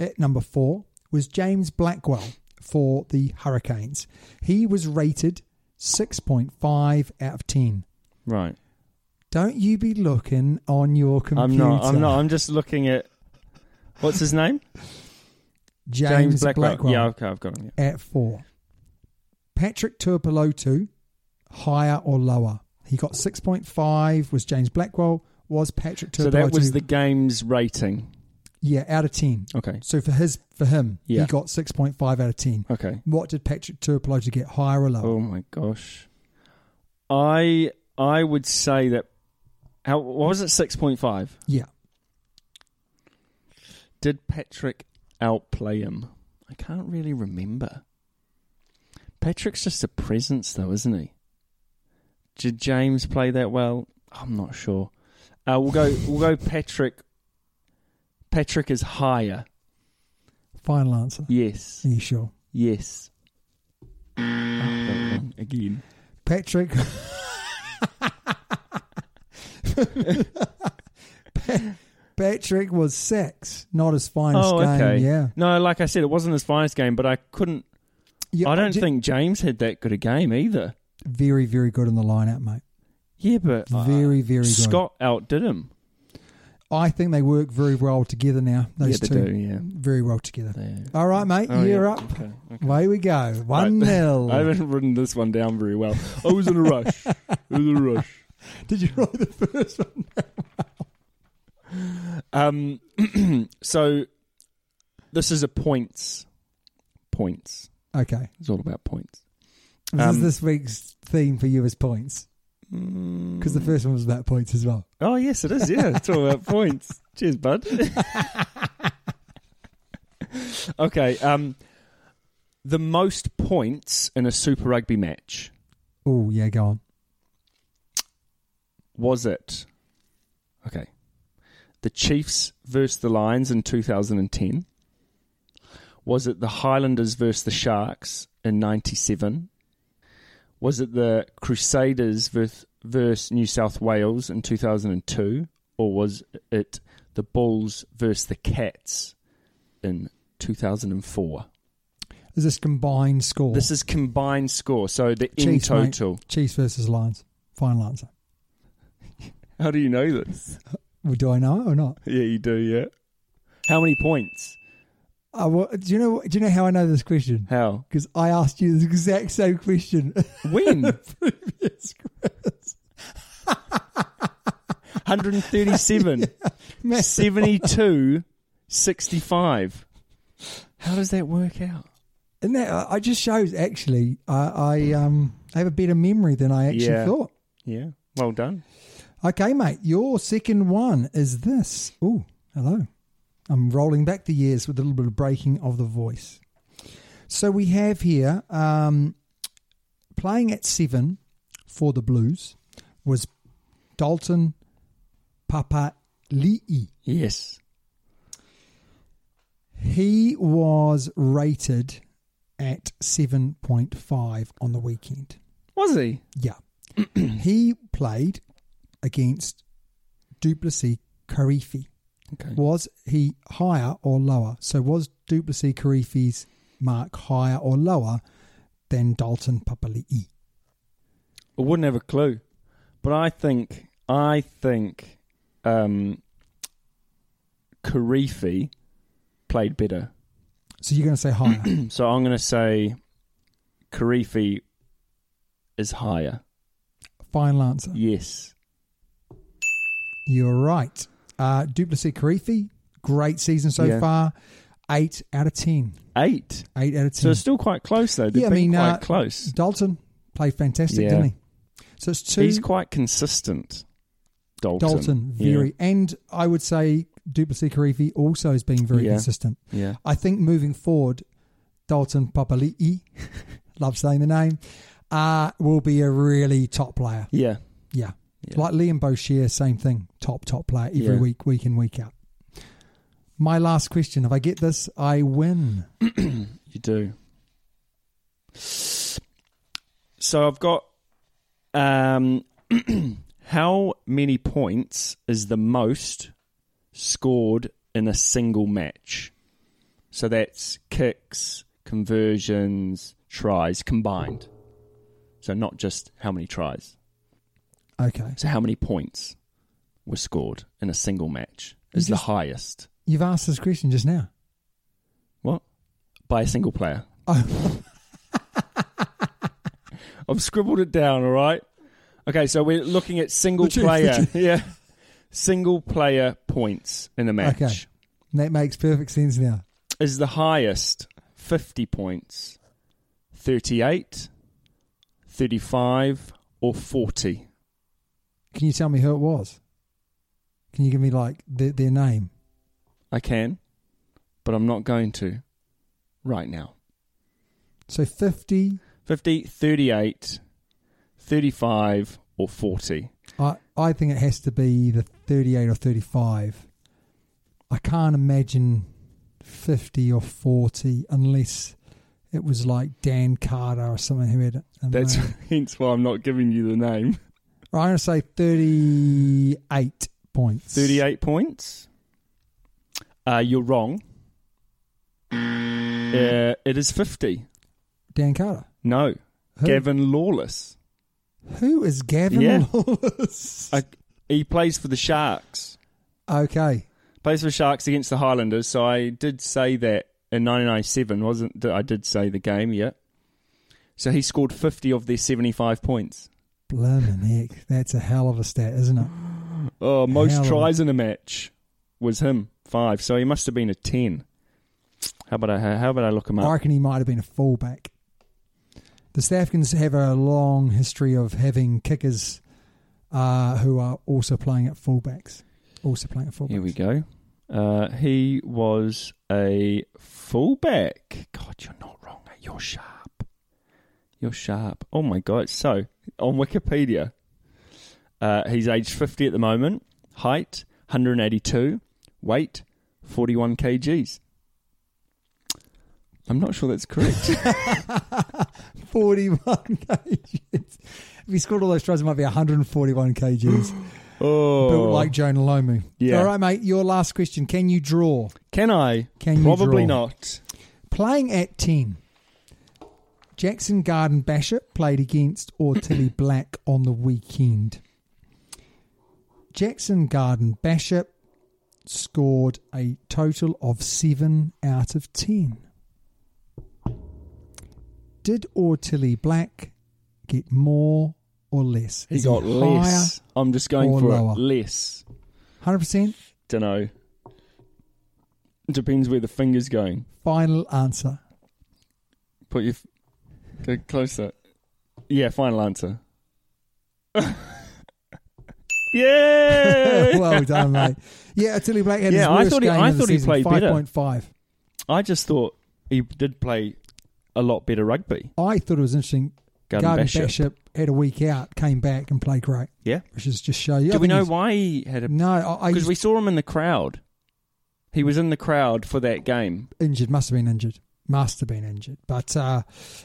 at number four was James Blackwell for the Hurricanes. He was rated 6.5 out of 10. right. Don't you be looking on your computer. I'm not. I'm not. I'm just looking at. What's his name? James, Blackwell. Blackwell, Yeah, okay, I've got him. Yeah. at four. Patrick Tuipulotu, higher or lower? He got 6.5. Was James Blackwell? Was Patrick Tuipulotu? So that was the game's rating. Yeah, out of ten. Okay. So for his for him, Yeah. he got six point five out of ten. Okay. What did Patrick Tuipulotu get? Higher or lower? Oh my gosh. I I would say that. How what was it? Six point five. Yeah. Did Patrick outplay him? I can't really remember. Patrick's just a presence, though, isn't he? Did James play that well? I'm not sure. Uh, we'll go. We'll go. Patrick. Patrick is higher. Final answer. Yes. Are you sure? Yes. Again. Patrick. Pa- Patrick was six, not his finest Oh, game. okay. Yeah. No, like I said, it wasn't his finest game, but I couldn't. yeah. I don't j- think James had that good a game either. very, very good in the lineup, mate. Yeah, but uh, Very, very good. Scott outdid him. I think they work very well together now. Those yeah, two they do. Yeah. very well together. They- All right, mate, Oh, you're yeah. up. Okay, Way we go. One Right. nil. I haven't written this one down very well. I was in a rush. I was in a rush. Did you write the first one? Um, so this is a points. Points. Okay. It's all about points. This Um, is this week's theme for you is points. mm. Because the first one was about points as well. Oh yes, it is. Yeah, it's all about points. Cheers, bud. okay. Um, the most points in a Super Rugby match Oh, yeah, go on. was it? Okay, the Chiefs versus the Lions in 2010. Was it the Highlanders versus the Sharks in '97? Was it the Crusaders versus, versus New South Wales in 2002? Or was it the Bulls versus the Cats in 2004? Is this combined score? This is combined score, so the Chiefs, in mate. total. Chiefs versus Lions. Final answer. How do you know this? Well, do I know it or not? Yeah, you do, yeah. How many points? Uh, well, do you know? Do you know how I know this question? How? Because I asked you the exact same question. When? previous quiz. 137, Massive. 72, 65. How does that work out? And that uh, it just shows actually I, I um I have a better memory than I actually Yeah. thought. Yeah, well done. Okay, mate, your second one is this. Oh, hello. I'm rolling back the years with a little bit of breaking of the voice. So we have here um, playing at seven for the Blues was Dalton Papali'i. Yes. He was rated at 7.5 on the weekend. Was he? Yeah. he played against Duplessis Karifi. Okay. Was he higher or lower? So was Duplessis Karifi's mark higher or lower than Dalton Papali'i? I wouldn't have a clue. But I think I think um Karifi played better. So you're going to say higher. So I'm gonna say Karifi is higher. Final answer. Yes. You're right. Uh, Duplessis Karifi, great season so Yeah. far. Eight out of ten. Eight. Eight out of ten. So it's still quite close though. They've Yeah, I been mean, quite uh, close. Dalton played fantastic, Yeah. didn't he? So it's two. He's quite consistent. Dalton. Dalton, Yeah. very, and I would say Duplessis Karifi also has been very Yeah. consistent. Yeah. I think moving forward, Dalton Papali'i, love saying the name, uh, will be a really top player. Yeah. Yeah. Yeah. Like Liam Boshier, same thing. Top, top player every Yeah. week, week in, week out. My last question. If I get this, I win. You do. So I've got um, how many points is the most scored in a single match? So that's kicks, conversions, tries combined. So not just how many tries. Okay. So how many points were scored in a single match is the highest. You've asked this question just now. What? By a single player. I've scribbled it down, all right? Okay, so we're looking at single The truth, the player. truth. Yeah. Single player points in a match Okay. That makes perfect sense now. is the highest 50 points, 38, 35, or 40. Can you tell me who it was? Can you give me like the, their name? I can, but I'm not going to right now. So fifty. 50, 38, 35, or 40. I I think it has to be either thirty-eight or thirty-five. I can't imagine fifty or forty unless it was like Dan Carter or someone who had. a That's name. hence why I'm not giving you the name. Right, I'm going to say thirty-eight points. 38 points. Uh, you're wrong. Uh, it is 50. Dan Carter. No. Who? Gavin Lawless. Who is Gavin Yeah. Lawless? I, he plays for the Sharks. okay. Plays for the Sharks against the Highlanders. So I did say that in 1997, wasn't that I did say the game, yeah. So he scored 50 of their 75 points. Blimey, Nick. That's a hell of a stat, isn't it? Oh, most Hell of a- tries in a match was him, five. So he must have been a 10. How about I, how about I look him up? I reckon he might have been a fullback. The South Africans have a long history of having kickers uh, who are also playing at fullbacks. Also playing at fullbacks. Here we go. Uh, he was a fullback. God, you're not wrong. mate. You're sharp. You're sharp. Oh my God. So on Wikipedia, uh, he's aged 50 at the moment. Height 182. Weight 41 kgs. I'm not sure that's correct. 41 kgs. If he scored all those tries, it might be 141 kgs. oh, Built like Jonah Lomu. Yeah. All right, mate, your last question. Can you draw? can I? Can you Probably draw? not. Playing at 10, Jackson Garden Basher played against Ortilly Black on the weekend. Jackson Garden Basher scored a total of 7 out of 10. Did Ortilly Black get more or less? He Is got less. I'm just going or for lower? it. Less. Hundred percent. Don't know. Depends where the finger's going. Final answer. Put your f- go closer. Yeah, final answer. yeah. well done, mate. Yeah, Tilly Black had his Yeah, I worst thought he- game I of the thought he season, played better. 5.5. I just thought he did play a lot better rugby. I thought it was interesting. Garden Garden Bishop. Bishop had a week out, came back and played great, Yeah. which is just show you. I Do we think know he's- why he had a? No, I, I Because we saw him in the crowd. He was in the crowd for that game. injured, must have been injured, must have been injured. But uh,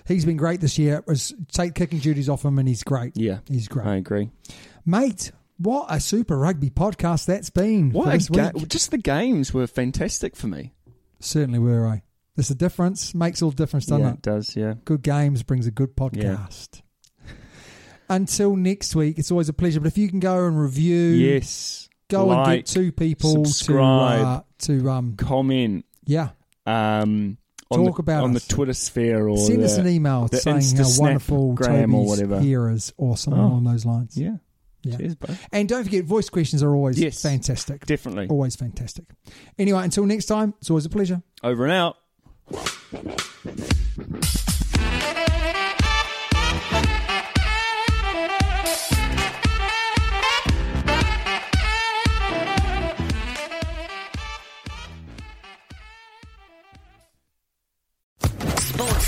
he's been great this year. It was take kicking duties off him, and he's great. Yeah, he's great, I agree. mate. What a super rugby podcast that's been. for What this a ga- week. just the games were fantastic for me. Certainly were I. There's a difference. Makes all the difference, doesn't yeah, it? it does. Yeah. good games brings a good podcast. Until next week, it's always a pleasure. But if you can go and review, Yes. go and like, get two people subscribe. to uh, to um comment yeah, um, on Talk the, about on us. the Twitter sphere or send the, us an email the saying Insta how Snap wonderful gram or Toby's whatever. here is, or something Oh. along those lines. Yeah. Yeah. Cheers, bro. And don't forget, voice questions are always Yes. fantastic. Definitely. Always fantastic. Anyway, until next time, it's always a pleasure. Over and out. Sports